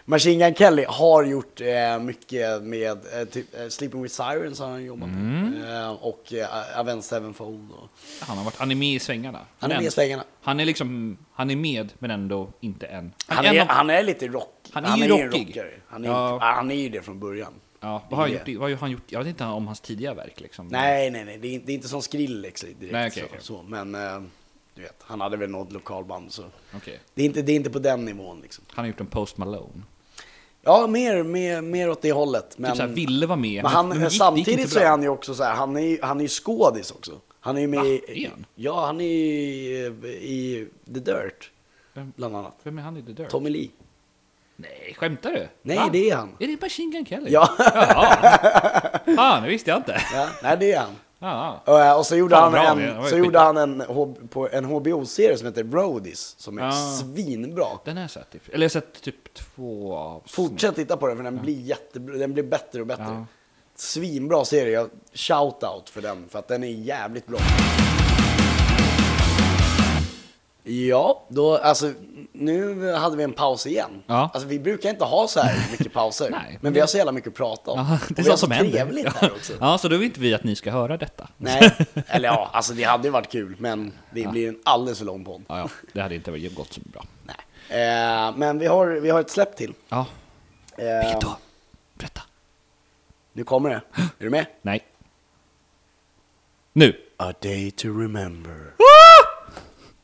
Speaker 2: Machine Gun Kelly har gjort eh, mycket med eh, typ, eh, Sleeping with Sirens har han jobbat
Speaker 3: Mm.
Speaker 2: med. Eh, och eh, Avenged Sevenfold. Och,
Speaker 3: Han har varit, han är med i svängarna.
Speaker 2: han är
Speaker 3: Men-
Speaker 2: med i svängarna.
Speaker 3: Han är liksom, han är med men ändå inte än.
Speaker 2: Han
Speaker 3: en
Speaker 2: är,
Speaker 3: av-
Speaker 2: han är lite rock.
Speaker 3: Han är ju
Speaker 2: en
Speaker 3: rockig.
Speaker 2: rockare. Han är,
Speaker 3: Ja.
Speaker 2: inte, han är ju det från början.
Speaker 3: ja, vad har han gjort? i- Vad har han gjort? Jag vet inte om hans tidiga verk liksom.
Speaker 2: Nej, nej, nej. Det är, inte- det är inte som Skrillex direkt.
Speaker 3: Nej, okej,
Speaker 2: så,
Speaker 3: okej.
Speaker 2: så. Men eh, du vet, han hade väl något lokalband så.
Speaker 3: Okej.
Speaker 2: Det är inte, det är inte på den nivån liksom.
Speaker 3: Han har gjort en Post Malone.
Speaker 2: Ja, mer, mer, mer åt det hållet. Men,
Speaker 3: typ såhär, ville vara med.
Speaker 2: men han,
Speaker 3: det gick- det gick
Speaker 2: samtidigt
Speaker 3: inte
Speaker 2: så är
Speaker 3: bra.
Speaker 2: han ju också så här, han är, ju- han är ju skådis också. Han är ju med
Speaker 3: Va?
Speaker 2: i,
Speaker 3: Är han?
Speaker 2: ja, han är ju i, i The Dirt,
Speaker 3: Vem,
Speaker 2: bland annat.
Speaker 3: vem är han i The Dirt?
Speaker 2: Tommy Lee.
Speaker 3: Nej, skämtar du?
Speaker 2: Nej,
Speaker 3: Va?
Speaker 2: det är han.
Speaker 3: Är det Machine Gun Kelly?
Speaker 2: Ja. [laughs]
Speaker 3: Jaha. Fan, det visste jag inte. Ah,
Speaker 2: Ja, nej, det är han.
Speaker 3: Ja,
Speaker 2: Eh, Och så gjorde,
Speaker 3: Fan,
Speaker 2: han
Speaker 3: bra, det
Speaker 2: en,
Speaker 3: var ju
Speaker 2: så gjorde
Speaker 3: skit.
Speaker 2: han en, H- på en HBO-serie som heter Roadies, som är
Speaker 3: Ja.
Speaker 2: svinbra.
Speaker 3: Den har jag sett. i- Eller jag har sett typ två avsnitt.
Speaker 2: Fortsätt titta på den för den blir jättebra, den blir bättre och bättre.
Speaker 3: Ja.
Speaker 2: Svinbra serie, Jag- shout-out för den för att den är jävligt bra. Ja, då, alltså nu hade vi en paus igen.
Speaker 3: Ja.
Speaker 2: Alltså vi brukar inte ha så här mycket pauser,
Speaker 3: [laughs] Nej.
Speaker 2: men vi har så jävla mycket att prata om.
Speaker 3: Ja,
Speaker 2: Och
Speaker 3: det
Speaker 2: vi
Speaker 3: är
Speaker 2: har
Speaker 3: sånt som
Speaker 2: så
Speaker 3: händer.
Speaker 2: trevligt här också.
Speaker 3: Ja, så då vill inte vi att ni ska höra detta.
Speaker 2: Nej, eller ja, alltså det hade ju varit kul, men det blir en alldeles för lång podd.
Speaker 3: Ja, ja, det hade inte varit gått så bra.
Speaker 2: Nej. Eh, men vi har, vi har ett släpp till.
Speaker 3: Ja,
Speaker 2: Eh,
Speaker 3: vilket då? Berätta.
Speaker 2: nu kommer det. Är du med?
Speaker 3: Nej. Nu!
Speaker 2: A day to remember.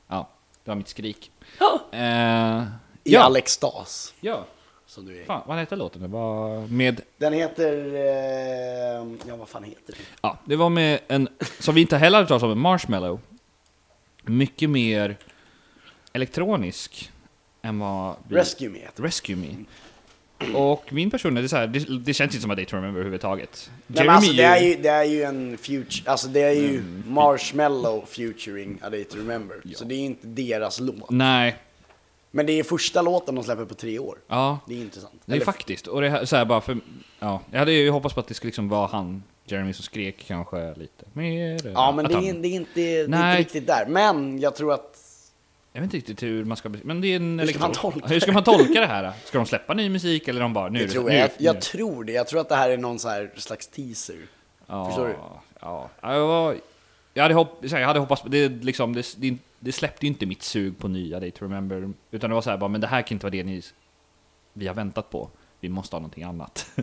Speaker 3: Ja, det var mitt skrik.
Speaker 2: Ja.
Speaker 3: Eh,
Speaker 2: I
Speaker 3: ja,
Speaker 2: all extas.
Speaker 3: ja.
Speaker 2: Som du är.
Speaker 3: Fan, vad hette låten? Det var med...
Speaker 2: Den heter... Eh, ja, vad fan heter den?
Speaker 3: Ja, det var med en... Som vi inte heller hade talat om, en marshmallow. Mycket mer elektronisk än vad... vi-
Speaker 2: Rescue Me heter den.
Speaker 3: Rescue Me. Och min person, det, är så här, det, det känns inte som att Day to Remember överhuvudtaget.
Speaker 2: Nej, men alltså,
Speaker 3: är
Speaker 2: det, är
Speaker 3: ju-
Speaker 2: ju, det är ju en future, alltså det är ju
Speaker 3: Mm.
Speaker 2: Marshmallow featuring A Day To Remember. Så det är ju inte deras låt.
Speaker 3: Nej,
Speaker 2: Men det är första låten de släpper på tre år.
Speaker 3: ja.
Speaker 2: Det är intressant.
Speaker 3: Det är
Speaker 2: Eller-
Speaker 3: faktiskt. Och det här, så här bara för... Ja, jag hade ju hoppats på att det skulle liksom vara han, Jeremy, som skrek kanske lite mer.
Speaker 2: Ja, men
Speaker 3: Att
Speaker 2: det är,
Speaker 3: han-
Speaker 2: det, är inte, det är inte
Speaker 3: Nej.
Speaker 2: riktigt där. Men jag tror att...
Speaker 3: Jag vet inte riktigt hur man ska... bes- Men det är en
Speaker 2: Hur ska man
Speaker 3: elektro-
Speaker 2: tolka
Speaker 3: Ja, Hur ska man tolka det här? då? Ska de släppa ny musik eller de bara... Nu,
Speaker 2: Det
Speaker 3: är
Speaker 2: tror
Speaker 3: nu,
Speaker 2: jag, jag,
Speaker 3: nu.
Speaker 2: jag tror det. Jag tror att det här är någon så här slags teaser.
Speaker 3: Ja,
Speaker 2: Förstår du?
Speaker 3: Ja. Ja, Jag, var, jag, hade hopp, så här, jag hade hoppats på... Det, liksom, det, det, det släppte ju inte mitt sug på nya Day to Remember. Utan det var så här bara, men det här kan inte vara det ni, vi har väntat på. Vi måste ha någonting annat. [laughs]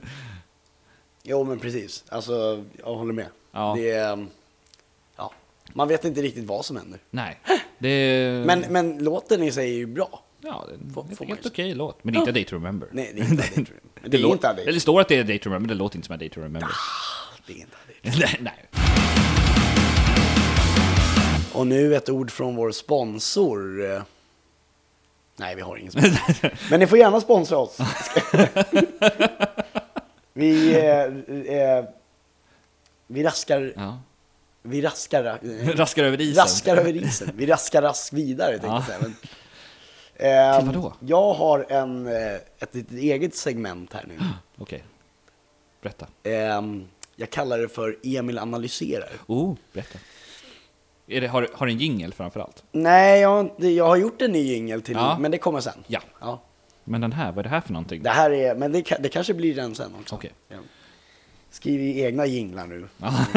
Speaker 2: Jo men precis, alltså jag håller med.
Speaker 3: Ja.
Speaker 2: Det är, mm, ja. Man vet inte riktigt vad som händer.
Speaker 3: Nej. Det...
Speaker 2: Men, men låten i sig är ju bra.
Speaker 3: Ja, det är en
Speaker 2: Får- får man
Speaker 3: helt
Speaker 2: ju
Speaker 3: okej låt. Men det är inte A Day to Remember.
Speaker 2: Nej, det är
Speaker 3: [laughs]
Speaker 2: inte A Day to Remember.
Speaker 3: Det,
Speaker 2: Det är
Speaker 3: lå-
Speaker 2: inte A Day to-
Speaker 3: Eller det står att det är A Day to Remember, det låter inte som A Day to Remember.
Speaker 2: Det är inte det.
Speaker 3: [laughs] Nej, Nej.
Speaker 2: Och nu ett ord från vår sponsor. Eh, Nej, vi har ingen sponsor.
Speaker 3: [laughs]
Speaker 2: men ni får gärna sponsra oss. vi, eh, eh, vi raskar,
Speaker 3: Ja. [laughs]
Speaker 2: vi raskar, eh,
Speaker 3: Raskar över isen.
Speaker 2: Raskar över isen. Vi raskar rask vidare tänkte
Speaker 3: Ja.
Speaker 2: jag säga. Men, Ehm,
Speaker 3: Till vadå?
Speaker 2: Jag har en, eh, ett litet eget segment här nu.
Speaker 3: Okej. Berätta.
Speaker 2: Ehm, jag kallar det för Emil analyserar.
Speaker 3: Oh, berätta. Är det, har, du- har du en jingel framförallt?
Speaker 2: Nej, jag har, inte, jag har gjort en ny jingel till,
Speaker 3: Ja.
Speaker 2: men det kommer sen.
Speaker 3: Ja. Men den här, vad är det här för någonting?
Speaker 2: Det här är, men det, ka- det kanske blir den sen också.
Speaker 3: Okej.
Speaker 2: Ja. Skriver ju egna jinglar nu,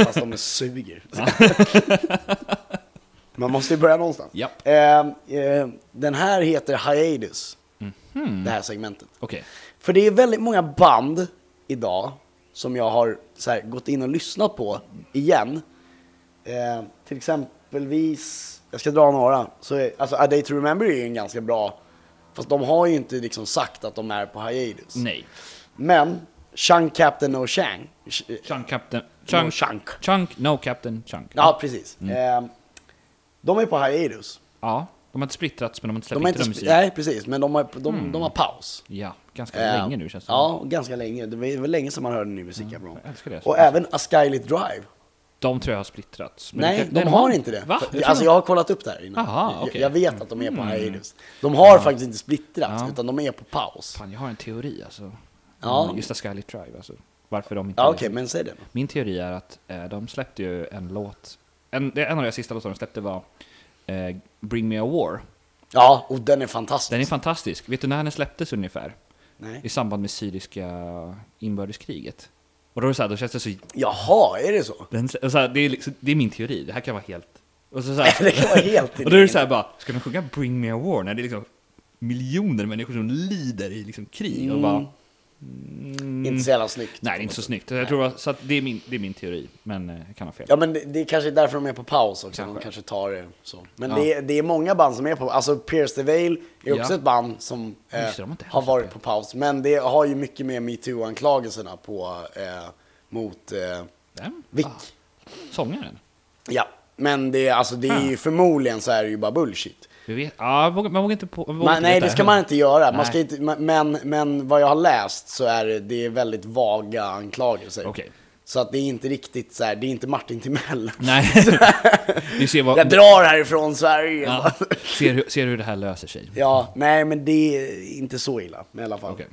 Speaker 2: fast de suger. Man måste ju börja någonstans.
Speaker 3: Japp.
Speaker 2: Ehm, eh, den här heter Hiatus, det här segmentet.
Speaker 3: Okej.
Speaker 2: För det är väldigt många band idag som jag har så här, gått in och lyssnat på igen. Eh, till exempelvis, jag ska dra några, så är, alltså A Day To Remember är ju en ganska bra, fast de har ju inte liksom sagt att de är på hiatus.
Speaker 3: Nej.
Speaker 2: Men, Chunk Captain No Chang. sh-
Speaker 3: Chunk Captain... Chunk...
Speaker 2: No Chunk.
Speaker 3: Chunk, No Captain, Chunk.
Speaker 2: Ja, precis.
Speaker 3: Mm.
Speaker 2: Eh, de är på hiatus.
Speaker 3: Ja, De har inte splittrats, men de har inte släppt
Speaker 2: De är
Speaker 3: inte
Speaker 2: inte,
Speaker 3: den
Speaker 2: sp-
Speaker 3: musiken.
Speaker 2: nej, precis, men de har, de, de har paus.
Speaker 3: Ja, ganska
Speaker 2: Eh,
Speaker 3: länge nu känns det Mm.
Speaker 2: Ja, ganska länge. Det var var länge sedan man hörde ny musik härifrån.
Speaker 3: jag älskar det.
Speaker 2: Och även A Skylit Drive.
Speaker 3: De tror jag har splittrats. men
Speaker 2: Nej,
Speaker 3: det kan-
Speaker 2: de har inte det.
Speaker 3: Va?
Speaker 2: För-
Speaker 3: tror
Speaker 2: alltså
Speaker 3: de-
Speaker 2: jag har kollat upp det här innan.
Speaker 3: Aha,
Speaker 2: Jag-
Speaker 3: okej. Mm.
Speaker 2: Jag vet att de är på hiatus. De har faktiskt inte splittrats,
Speaker 3: Ja.
Speaker 2: utan de är på paus.
Speaker 3: Fan, jag har en teori alltså.
Speaker 2: Ja.
Speaker 3: Ja. Just A Skylight Drive alltså. Varför de inte...
Speaker 2: Ja, okej, men säg det då.
Speaker 3: Min teori är att eh, de släppte ju en låt. En, det- en av de sista låtarna de släppte var eh, Bring Me A War.
Speaker 2: Ja, och den är fantastisk.
Speaker 3: Den är fantastisk. Vet du när den släpptes ungefär? I
Speaker 2: Nej.
Speaker 3: samband med syriska inbördeskriget. Och då, är det så här, då känns det så...
Speaker 2: Jaha, är det så?
Speaker 3: Den, och så här, det, är liksom, det är min teori, det här kan vara helt... Och, så, så
Speaker 2: [laughs] Det kan vara helt i
Speaker 3: och då är det
Speaker 2: linje.
Speaker 3: så här bara, ska de sjunga Bring Me A War när det är liksom miljoner människor som lider i liksom krig? Och bara,
Speaker 2: Mm.
Speaker 3: Mm.
Speaker 2: Inte så jävla snyggt.
Speaker 3: nej, det är inte så snyggt. Jag tror, att- så att det, är min, det är min teori, men eh, jag kan ha fel.
Speaker 2: Ja, men det, det är kanske är därför de är på paus också. De
Speaker 3: Kanske.
Speaker 2: kanske tar det så. Men
Speaker 3: Ja.
Speaker 2: det, är, det är många band som är på Alltså Pierce the Veil är också
Speaker 3: Ja.
Speaker 2: ett band som eh,
Speaker 3: Just det, de har inte
Speaker 2: har
Speaker 3: heller
Speaker 2: varit
Speaker 3: släppt
Speaker 2: på paus. Men det har ju mycket med metoo-anklagelserna på, eh, mot eh,
Speaker 3: Vem? Ah,
Speaker 2: Vick.
Speaker 3: Sångaren?
Speaker 2: Ja, men det, är- alltså, det är
Speaker 3: Ah.
Speaker 2: ju förmodligen så är det ju bara bullshit.
Speaker 3: Vi vet, ja, vågar- man vågar inte på... Man, vågar
Speaker 2: Man,
Speaker 3: inte
Speaker 2: nej,
Speaker 3: veta.
Speaker 2: det ska man inte göra. Man
Speaker 3: Nej.
Speaker 2: ska inte, ma- men, men vad jag har läst så är det, det är väldigt vaga anklagelser.
Speaker 3: Okej.
Speaker 2: Så att det är inte riktigt så här, det är inte Martin Timell. [laughs]
Speaker 3: Nej. [laughs] du ser
Speaker 2: Jag
Speaker 3: vad...
Speaker 2: drar härifrån Sverige.
Speaker 3: Ja, ser, hur- ser hur det här löser sig.
Speaker 2: [laughs] Ja, nej men det är inte så illa i alla fall.
Speaker 3: Okej.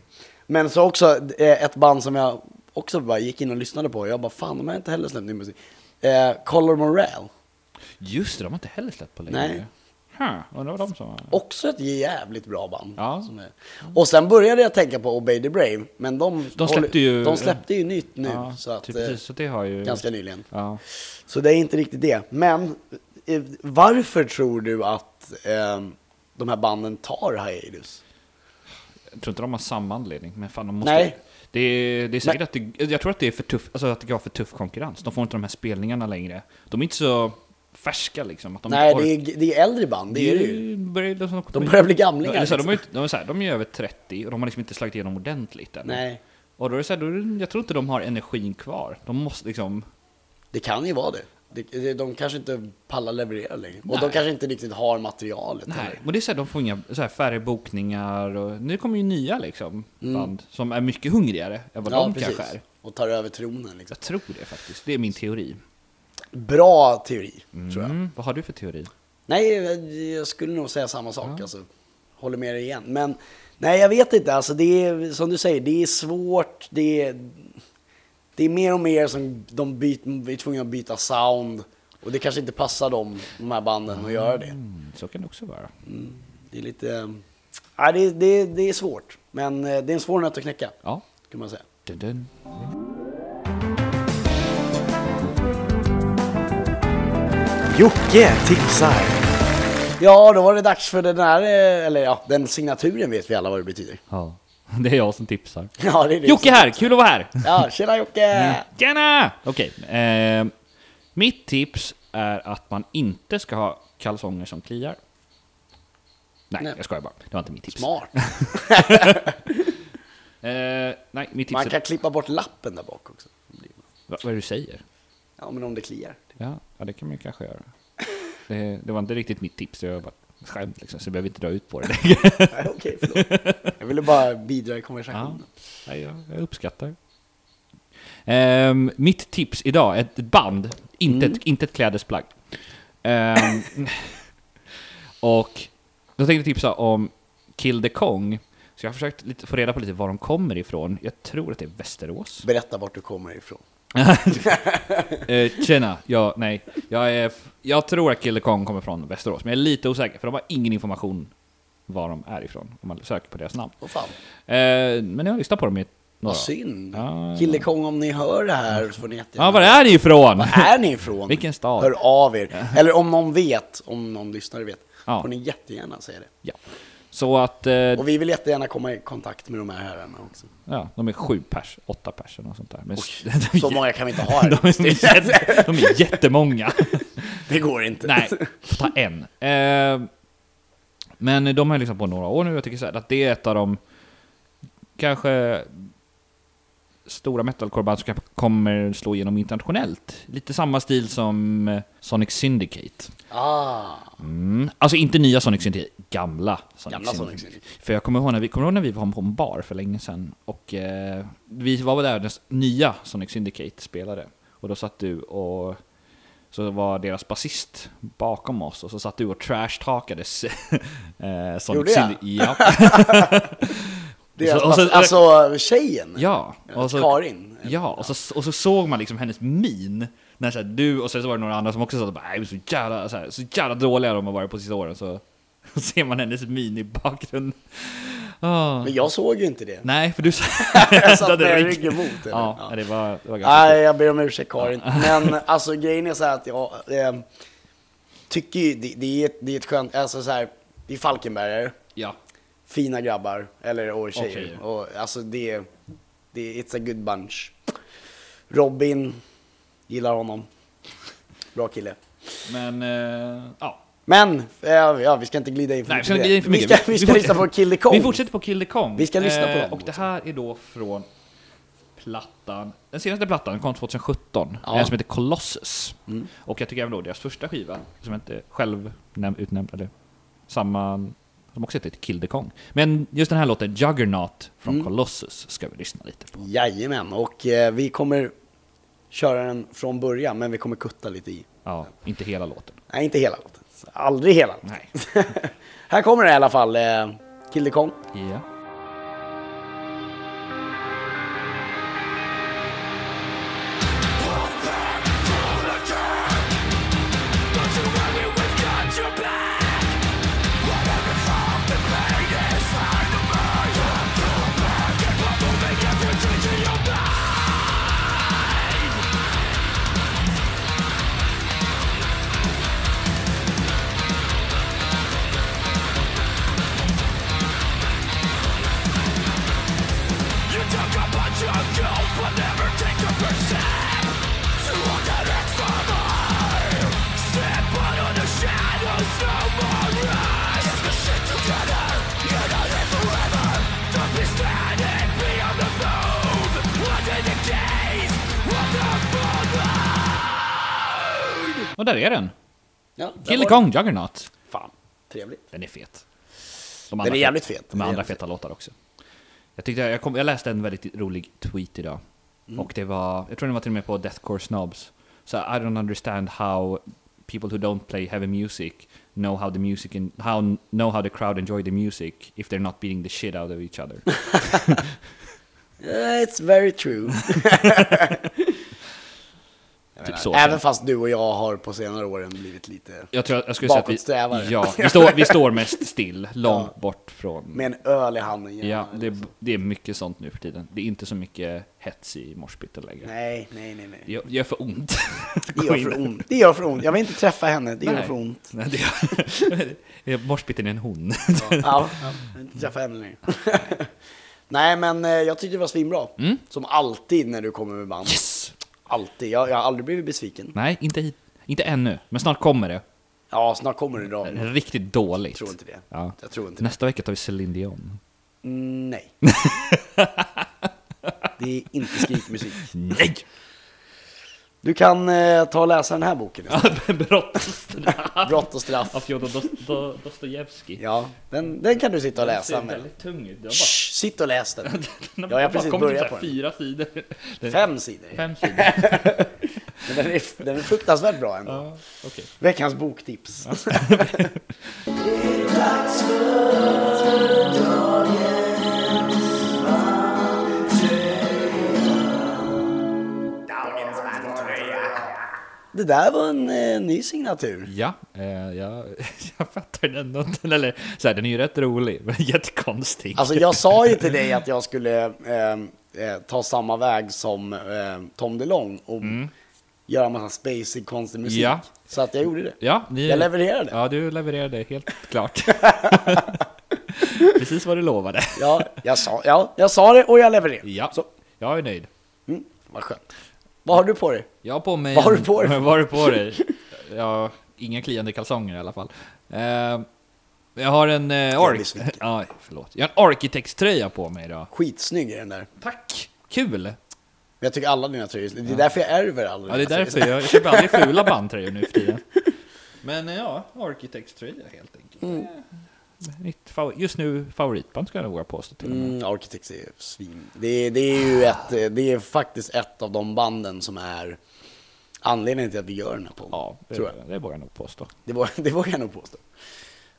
Speaker 2: Men så också eh, ett band som jag också bara gick in och lyssnade på. Jag bara, fan de har inte heller släppt ny musik. Eh, Color Morale.
Speaker 3: Just det, de har inte heller släppt på länge.
Speaker 2: Nej.
Speaker 3: Huh, undrar vad de som...
Speaker 2: Också ett jävligt bra band.
Speaker 3: Ja.
Speaker 2: Som är. Och sen började jag tänka på Obey the Brave, men de,
Speaker 3: De släppte ju-
Speaker 2: de släppte ju nytt nu.
Speaker 3: Ja,
Speaker 2: så att,
Speaker 3: typ,
Speaker 2: eh,
Speaker 3: precis, så det har ju...
Speaker 2: ganska nyligen.
Speaker 3: Ja.
Speaker 2: Så det är inte riktigt det. Men eh, varför tror du att eh, de här banden tar hiatus?
Speaker 3: Jag tror inte de har samma anledning, men fan de måste...
Speaker 2: Nej.
Speaker 3: Det är, det är säkert att det, jag tror att det är för tuff, alltså att det har för tuff konkurrens. De får inte de här spelningarna längre. De är inte så färska liksom. Att de Mm.
Speaker 2: nej,
Speaker 3: har,
Speaker 2: det är, det är äldre band, det är det ju.
Speaker 3: börjar- de, som-
Speaker 2: De börjar bli gamlingar, liksom.
Speaker 3: Eller så här, de, är, ju- de, är så här, de är över 30 och de har liksom inte slagit igenom ordentligt än.
Speaker 2: Nej,
Speaker 3: Och då är det så här, då är det, jag tror inte de har energin kvar. De måste liksom...
Speaker 2: det kan ju vara det. De, de, de kanske inte pallar leverera längre. Och
Speaker 3: Nej.
Speaker 2: de kanske inte riktigt har materialet.
Speaker 3: Nej,
Speaker 2: heller.
Speaker 3: men det är så här, de får inga så här, färre bokningar och nu kommer ju nya liksom
Speaker 2: Mm.
Speaker 3: band som är mycket hungrigare än vad de kanske är.
Speaker 2: Och tar över tronen liksom.
Speaker 3: Jag tror det faktiskt, det är min teori.
Speaker 2: Bra teori, tror jag.
Speaker 3: Mm. Vad har du för teori?
Speaker 2: Nej, jag skulle nog säga samma sak. Alltså, håller med dig igen. Men nej, jag vet inte. Alltså, det är som du säger, det är svårt. Det är, det är mer och mer som de byt, är tvungna att byta sound. Och det kanske inte passar dem, de här banden, att göra det.
Speaker 3: Mm, så kan det också vara.
Speaker 2: Det är lite... eh, Ja, det, det, det är svårt. Men eh, det är en svår nöt att knäcka,
Speaker 3: Ja.
Speaker 2: kan man säga.
Speaker 3: Dun, dun.
Speaker 2: Jocke tipsar. Ja, då var det dags för den här, eh, eller ja, den signaturen vet vi alla vad det betyder. [laughs]
Speaker 3: ja. [laughs] Det är jag som tipsar.
Speaker 2: Ja, det är det.
Speaker 3: Jocke Mm. här, kul att vara här!
Speaker 2: Ja, tjena Jocke!
Speaker 3: Tjena! Okej, eh, mitt tips är att man inte ska ha kalsonger som kliar. Nej,
Speaker 2: Nej.
Speaker 3: jag skojar bara. Det var inte mitt tips. [laughs]
Speaker 2: Smart.
Speaker 3: Eh, nej, mitt tips
Speaker 2: Man kan
Speaker 3: är...
Speaker 2: klippa bort lappen där bak också.
Speaker 3: Va, vad är det du säger?
Speaker 2: Ja, men om det kliar. [laughs]
Speaker 3: Ja, ja, det kan man ju kanske göra. Det, det var inte riktigt mitt tips, det var bara ett skämt liksom, så jag behöver inte dra ut på det längre.
Speaker 2: Nej, Okej, förlåt. Jag ville bara bidra i
Speaker 3: Ja,
Speaker 2: konversationen.
Speaker 3: nej, jag, jag uppskattar. Ehm, mitt tips idag, ett band, inte, ett, inte ett klädesplagg. Ehm, och då tänkte jag tipsa om Kill the Kong. Så jag har försökt lite, få reda på lite var de kommer ifrån. Jag tror att det är Västerås.
Speaker 2: Berätta vart du kommer ifrån.
Speaker 3: Eh, tjena, ja, nej. Jag, är, f- jag tror att Kill the Kong kommer från Västerås, men jag är lite osäker för de har ingen information var de är ifrån om man söker på deras namn.
Speaker 2: Åh fan,
Speaker 3: Eh, men jag har lyssnat på dem i några.
Speaker 2: vad synd.
Speaker 3: Ja.
Speaker 2: Killekong, om ni hör det här så får ni jättegärna...
Speaker 3: Ja, var är ni ifrån?
Speaker 2: Var är ni ifrån?
Speaker 3: Vilken stad?
Speaker 2: Hör av er. Eller om någon vet, om någon lyssnare vet,
Speaker 3: Ja.
Speaker 2: får ni jättegärna säga det.
Speaker 3: Ja. Så att, eh,
Speaker 2: Och vi vill jättegärna komma i kontakt med de här herrarna också.
Speaker 3: ja, de är sju pers, åtta pers och sånt där. Men [laughs]
Speaker 2: Så många kan vi inte ha
Speaker 3: de,
Speaker 2: här.
Speaker 3: är, de, är jätte, de
Speaker 2: [laughs]
Speaker 3: är jättemånga.
Speaker 2: Det går inte.
Speaker 3: Nej, får ta en. Eh, men de har jag lyssnat på några år nu, jag tycker så här, att det är ett av de kanske stora metalcoreband som kanske kommer slå igenom internationellt. Lite samma stil som eh, Sonic Syndicate.
Speaker 2: Ah,
Speaker 3: Mm. Alltså inte nya Sonic Syndicate, gamla Sonic
Speaker 2: Gamla Sonic
Speaker 3: Syndicate.
Speaker 2: Syndicate.
Speaker 3: För jag kommer ihåg när vi, kommer du ihåg när vi var på en bar för länge sedan och eh, vi var där när nya Sonic Syndicate spelade. Och då satt du och så var deras basist bakom oss och så satt du och trashtalkade s- [laughs] eh,
Speaker 2: Gjorde
Speaker 3: Sonic
Speaker 2: jag?
Speaker 3: Syndicate.
Speaker 2: [laughs]
Speaker 3: Ja.
Speaker 2: det är
Speaker 3: Och så- och så-
Speaker 2: alltså tjejen?
Speaker 3: ja. Och så,
Speaker 2: Karin?
Speaker 3: Ja, och så, och så såg man liksom hennes min. När så här, du och sen så var det några andra som också sa att "Nej, vi är så jävla, så här, så jävla dåliga de har varit på sista åren. Så [laughs] ser man hennes min i bakgrunden. Ah.
Speaker 2: Men jag såg ju inte det.
Speaker 3: Nej, för du sa...
Speaker 2: Jag satt
Speaker 3: hade
Speaker 2: med
Speaker 3: rygg.
Speaker 2: ryggen mot henne.
Speaker 3: Ja,
Speaker 2: Ja.
Speaker 3: det var, det var ganska
Speaker 2: Nej, jag ber om ursäkt Karin.
Speaker 3: [laughs]
Speaker 2: Men alltså grejen är så här att jag eh, tycker ju, det, det, är ett, det är ett skönt, alltså så här, det är Falkenbergare,
Speaker 3: Ja.
Speaker 2: fina grabbar, eller och tjejer.
Speaker 3: Och tjejer.
Speaker 2: Och, alltså det, är- det, är- it's a good bunch. Robin, gillar honom. Bra kille.
Speaker 3: Men, eh, ja.
Speaker 2: Men, eh, ja, vi ska inte glida in för
Speaker 3: Nej,
Speaker 2: mycket på det.
Speaker 3: vi ska inte glida in för mycket.
Speaker 2: Vi ska, vi ska
Speaker 3: fort-
Speaker 2: lyssna på Kill the Kong.
Speaker 3: Vi fortsätter på Kill the Kong.
Speaker 2: Vi ska lyssna på
Speaker 3: Eh,
Speaker 2: dem
Speaker 3: Och det
Speaker 2: också.
Speaker 3: här är då från plattan, den senaste plattan kom 2017,
Speaker 2: Ja. Mm.
Speaker 3: eh, som heter Colossus. Och jag tycker även då deras första skiva, som jag inte själv näm- utnämnde, eller samma, som också heter Kill the Kong. Men just den här låten,
Speaker 2: Mm.
Speaker 3: Juggernaut från Colossus, ska vi lyssna lite på.
Speaker 2: Jajamän, och eh, vi kommer köra den från början, men vi kommer kutta lite i.
Speaker 3: Ja, inte hela låten.
Speaker 2: Nej, inte hela låten. Aldrig hela låten.
Speaker 3: Nej.
Speaker 2: [laughs] Här kommer det i alla fall, eh, Kill the Kong.
Speaker 3: Ja. Och där är den.
Speaker 2: Ja, där
Speaker 3: Kill
Speaker 2: var
Speaker 3: the
Speaker 2: det.
Speaker 3: Kong Juggernaut.
Speaker 2: Fan, trevligt.
Speaker 3: Den är fet. De
Speaker 2: Den
Speaker 3: andra
Speaker 2: är jävligt fet.
Speaker 3: De
Speaker 2: Den är
Speaker 3: andra
Speaker 2: jävligt
Speaker 3: feta låtar också. Jag, tyckte, jag, kom, jag läste en väldigt rolig tweet idag.
Speaker 2: Mm.
Speaker 3: Och det var, jag tror den var till och med på Deathcore Snobs. Så I don't understand how people who don't play heavy music know how the music and how know how the crowd enjoy the music if they're not beating the shit out of each other.
Speaker 2: Eh, It's very
Speaker 3: [laughs]
Speaker 2: true. Jag menar,
Speaker 3: så.
Speaker 2: Även fast du och jag har på senare åren blivit lite
Speaker 3: Jag tror jag skulle säga att
Speaker 2: Bakåtsträvare.
Speaker 3: vi, ja, vi, står,
Speaker 2: [laughs]
Speaker 3: vi står mest still, långt bort från...
Speaker 2: med en öl i handen.
Speaker 3: Ja,
Speaker 2: gärna.
Speaker 3: det, är- det är mycket sånt nu för tiden. Det är inte så mycket hets i morsbiten längre.
Speaker 2: Nej, nej, nej, nej.
Speaker 3: Det gör- det gör
Speaker 2: [laughs]
Speaker 3: för ont.
Speaker 2: Det gör för ont. Det gör för ont. Jag vill inte träffa henne. Det gör
Speaker 3: Nej.
Speaker 2: för
Speaker 3: [laughs]
Speaker 2: ont.
Speaker 3: Nej, det gör... Morsbiten är [laughs] en hon.
Speaker 2: Ja, jag vill inte träffa henne längre. [laughs] Nej, men eh, jag tyckte det var svinbra. Som alltid när du kommer med band.
Speaker 3: Mm. Yes!
Speaker 2: Alltid. Jag, jag har aldrig blivit besviken.
Speaker 3: Nej, inte, hit. inte ännu. Men snart kommer det.
Speaker 2: Ja, snart kommer det idag. Jag
Speaker 3: Riktigt dåligt.
Speaker 2: tror inte det.
Speaker 3: Mm. Ja.
Speaker 2: Jag tror inte det.
Speaker 3: Nästa vecka tar vi Céline Dion. [laughs]
Speaker 2: Mm, Nej. Det är inte skrikmusik.
Speaker 3: Nej!
Speaker 2: Du kan eh, ta och läsa den här
Speaker 3: [laughs]
Speaker 2: boken. istället.
Speaker 3: Brott och straff
Speaker 2: Brott och straff.
Speaker 3: av Fjodor Dost- Do- Dostojevskij.
Speaker 2: Ja, den, den kan du sitta och
Speaker 3: Den
Speaker 2: läsa
Speaker 3: ser
Speaker 2: med.
Speaker 3: väldigt tung ut. Den har
Speaker 2: Shh, sitt och läs den.
Speaker 3: bara- [laughs]
Speaker 2: Ja, jag
Speaker 3: den har
Speaker 2: har
Speaker 3: bara
Speaker 2: precis
Speaker 3: kommit ut
Speaker 2: börjat
Speaker 3: så
Speaker 2: på
Speaker 3: här
Speaker 2: den.
Speaker 3: Fyra sidor. Den-
Speaker 2: Fem sidor. [laughs]
Speaker 3: Fem sidor.
Speaker 2: Men den är, den är fruktansvärt bra ändå.
Speaker 3: Ja, okej.
Speaker 2: Veckans boktips.
Speaker 3: [laughs]
Speaker 2: Det där var en eh, ny signatur.
Speaker 3: Ja, [laughs] eh, jag, jag fattar den inte. Eller så här, den är ju rätt rolig, men [laughs] jättekonstig.
Speaker 2: Alltså jag sa ju till dig att jag skulle ehm, eh, ta samma väg som ehm, Tom DeLong och göra en massa spacey konstig musik.
Speaker 3: Mm. Ja.
Speaker 2: Så att jag gjorde det.
Speaker 3: Ja, ni,
Speaker 2: Jag levererade.
Speaker 3: Ja, du levererade helt
Speaker 2: [laughs]
Speaker 3: klart. Precis vad du lovade.
Speaker 2: Ja, jag sa, ja, jag sa det och jag levererade.
Speaker 3: Ja,
Speaker 2: Så,
Speaker 3: jag är nöjd.
Speaker 2: mm, vad skönt. Vad har du på dig?
Speaker 3: Jag har på mig...
Speaker 2: Vad har
Speaker 3: en-
Speaker 2: du på dig för-
Speaker 3: Vad har du på dig? Ja, inga kliande kalsonger i alla fall. Eh, jag har en eh,
Speaker 2: Jag blir
Speaker 3: ork...
Speaker 2: sviken.
Speaker 3: Ja, förlåt. Jag har en arkitektströja på mig idag.
Speaker 2: Skitsnygg är den där.
Speaker 3: Tack! Kul!
Speaker 2: Men jag tycker alla dina tröjor är snygga. Det är därför jag ärver alla
Speaker 3: Ja, det är
Speaker 2: dina tröjor.
Speaker 3: därför jag, jag köper aldrig fula bandtröjor nu för
Speaker 2: [laughs]
Speaker 3: tiden. Men eh, ja, arkitektströja helt enkelt.
Speaker 2: Mm.
Speaker 3: Eh, Mitt favor- just nu favoritband skulle jag våga påstå till och med.
Speaker 2: Mm, Architects är svin. Det är, det är ju ett, eh, det är faktiskt ett av de banden som är anledningen till att vi gör den här podden.
Speaker 3: Ja, det,
Speaker 2: tror jag.
Speaker 3: det vågar jag nog påstå.
Speaker 2: Det, vågar, [laughs] det vågar jag nog påstå.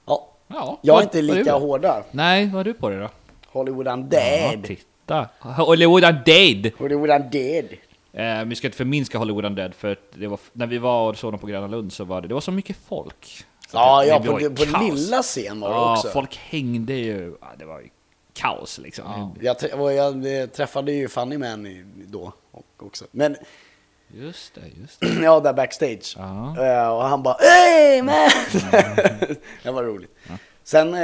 Speaker 2: Ja,
Speaker 3: Ja,
Speaker 2: jag är
Speaker 3: vad-
Speaker 2: inte
Speaker 3: vad du
Speaker 2: lika
Speaker 3: då?
Speaker 2: hårda.
Speaker 3: Nej, vad har du på dig då?
Speaker 2: Hollywood
Speaker 3: Ja,
Speaker 2: Undead.
Speaker 3: titta! Hollywood Undead!
Speaker 2: Hollywood Undead.
Speaker 3: Eh, vi ska inte förminska Hollywood Undead, för att det var, när vi var och såg dem på Gröna Lund så var det, det var så mycket folk. Så
Speaker 2: Ja,
Speaker 3: att det-
Speaker 2: ja
Speaker 3: det var
Speaker 2: på,
Speaker 3: ju
Speaker 2: på
Speaker 3: kaos.
Speaker 2: lilla scen var det
Speaker 3: Ja,
Speaker 2: också.
Speaker 3: folk hängde ju. Ja, det var ju kaos liksom.
Speaker 2: Jag, trä- och jag eh, träffade ju Funny Man i- då och- också. Men
Speaker 3: Just det, just
Speaker 2: [clears throat]
Speaker 3: det.
Speaker 2: ja, där backstage.
Speaker 3: Ja.
Speaker 2: Eh, Och han bara Hey man! [laughs] det var roligt. Sen eh,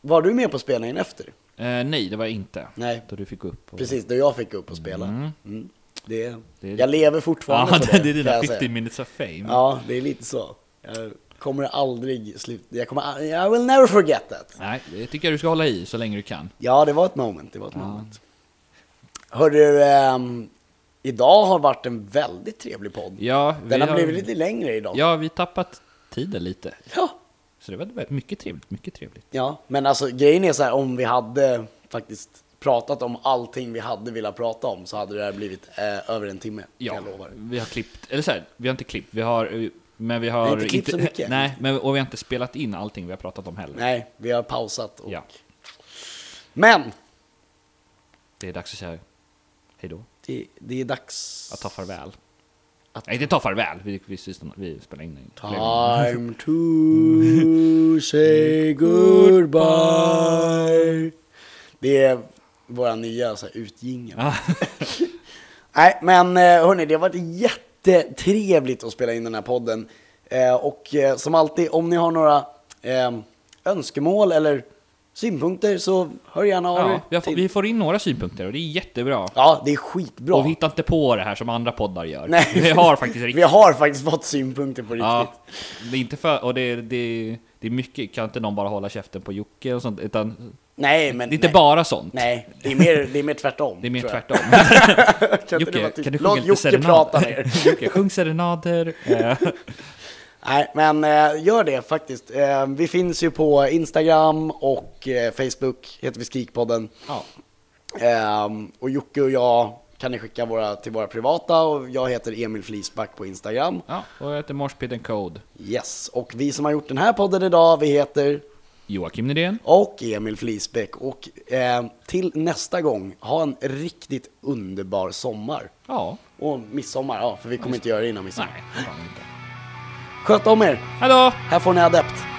Speaker 2: var du med på spelningen efter?
Speaker 3: Eh, nej, det var jag inte.
Speaker 2: Nej.
Speaker 3: Då du fick gå upp. Och...
Speaker 2: Precis, då jag fick upp och spela. Mm. Det,
Speaker 3: Det är-
Speaker 2: jag lever fortfarande
Speaker 3: Ja,
Speaker 2: på
Speaker 3: det, det är dina
Speaker 2: kan jag
Speaker 3: 50
Speaker 2: säga.
Speaker 3: minutes of fame.
Speaker 2: Ja, det är lite så. Jag kommer aldrig sluta. Jag kommer, a- I will never forget that.
Speaker 3: Nej, det tycker jag du ska hålla i så länge du kan.
Speaker 2: Ja, det var ett moment. Det var ett moment. Hörru, ehm, idag har varit en väldigt trevlig podd.
Speaker 3: Ja, vi
Speaker 2: Den har blivit lite längre idag.
Speaker 3: Ja, vi tappat tiden lite.
Speaker 2: Ja.
Speaker 3: Så det var mycket trevligt, mycket trevligt.
Speaker 2: Ja, men alltså grejen är så här om vi hade faktiskt pratat om allting vi hade velat prata om så hade det här blivit eh, över en timme.
Speaker 3: Ja,
Speaker 2: kan jag lova dig.
Speaker 3: vi har klippt, eller så här, vi har inte klippt, vi har, men vi
Speaker 2: Vi
Speaker 3: har
Speaker 2: har inte klippt så mycket.
Speaker 3: Nej, men, och vi har inte spelat in allting vi har pratat om heller.
Speaker 2: Nej, vi har pausat. Och...
Speaker 3: Ja,
Speaker 2: Men!
Speaker 3: det är dags att säga hej då.
Speaker 2: Det, det är dags...
Speaker 3: Att ta farväl.
Speaker 2: Att-
Speaker 3: Nej, inte ta farväl, vi, vi, vi, vi spelar in en
Speaker 2: Time
Speaker 3: [laughs]
Speaker 2: to say goodbye. Det är våra nya så här, utjingel.
Speaker 3: Ah,
Speaker 2: Nej, men eh, hörni, det har varit jättetrevligt att spela in den här podden. Eh, Och eh, som alltid, om ni har några eh, önskemål eller synpunkter så hör gärna av
Speaker 3: ja,
Speaker 2: er.
Speaker 3: vi, har, fått-
Speaker 2: till-
Speaker 3: vi får in några synpunkter och det är jättebra.
Speaker 2: Ja, det är skitbra.
Speaker 3: Och vi hittar inte på det här som andra poddar gör.
Speaker 2: Nej.
Speaker 3: [laughs] Vi har
Speaker 2: [laughs]
Speaker 3: faktiskt riktigt...
Speaker 2: Vi har faktiskt fått synpunkter på riktigt.
Speaker 3: Ja, det är inte för... Och det, är- det, är- det är mycket, kan inte någon bara hålla käften på Jocke och sånt, utan...
Speaker 2: Nej, men...
Speaker 3: det är inte
Speaker 2: nej.
Speaker 3: bara sånt.
Speaker 2: Nej, det är mer, det är mer tvärtom.
Speaker 3: [laughs] Det är mer
Speaker 2: tror jag. [laughs]
Speaker 3: tvärtom.
Speaker 2: Kan inte vara tyst?
Speaker 3: Jocke, kan du
Speaker 2: Låt
Speaker 3: sjunga lite
Speaker 2: typ- Jocke
Speaker 3: serenader?
Speaker 2: prata mer.
Speaker 3: [laughs] Jocke, sjung serenader. Eh,
Speaker 2: [laughs] Nej, men eh, gör det faktiskt. Eh, vi finns ju på Instagram och eh, Facebook heter vi Skrikpodden.
Speaker 3: ja.
Speaker 2: Ehm, och Jocke och jag kan ni skicka våra, till våra privata och jag heter Emil Flisback på Instagram.
Speaker 3: ja, och jag heter Morspidden Code.
Speaker 2: Yes, och vi som har gjort den här podden idag, vi heter
Speaker 3: Joakim Nydén.
Speaker 2: och Emil Flisbäck och ehm, till nästa gång, ha en riktigt underbar sommar.
Speaker 3: Ja.
Speaker 2: Och midsommar, ja, för vi kommer inte göra det innan midsommar.
Speaker 3: Nej, fan inte.
Speaker 2: Sköt om er,
Speaker 3: Hallå!
Speaker 2: här får ni adept.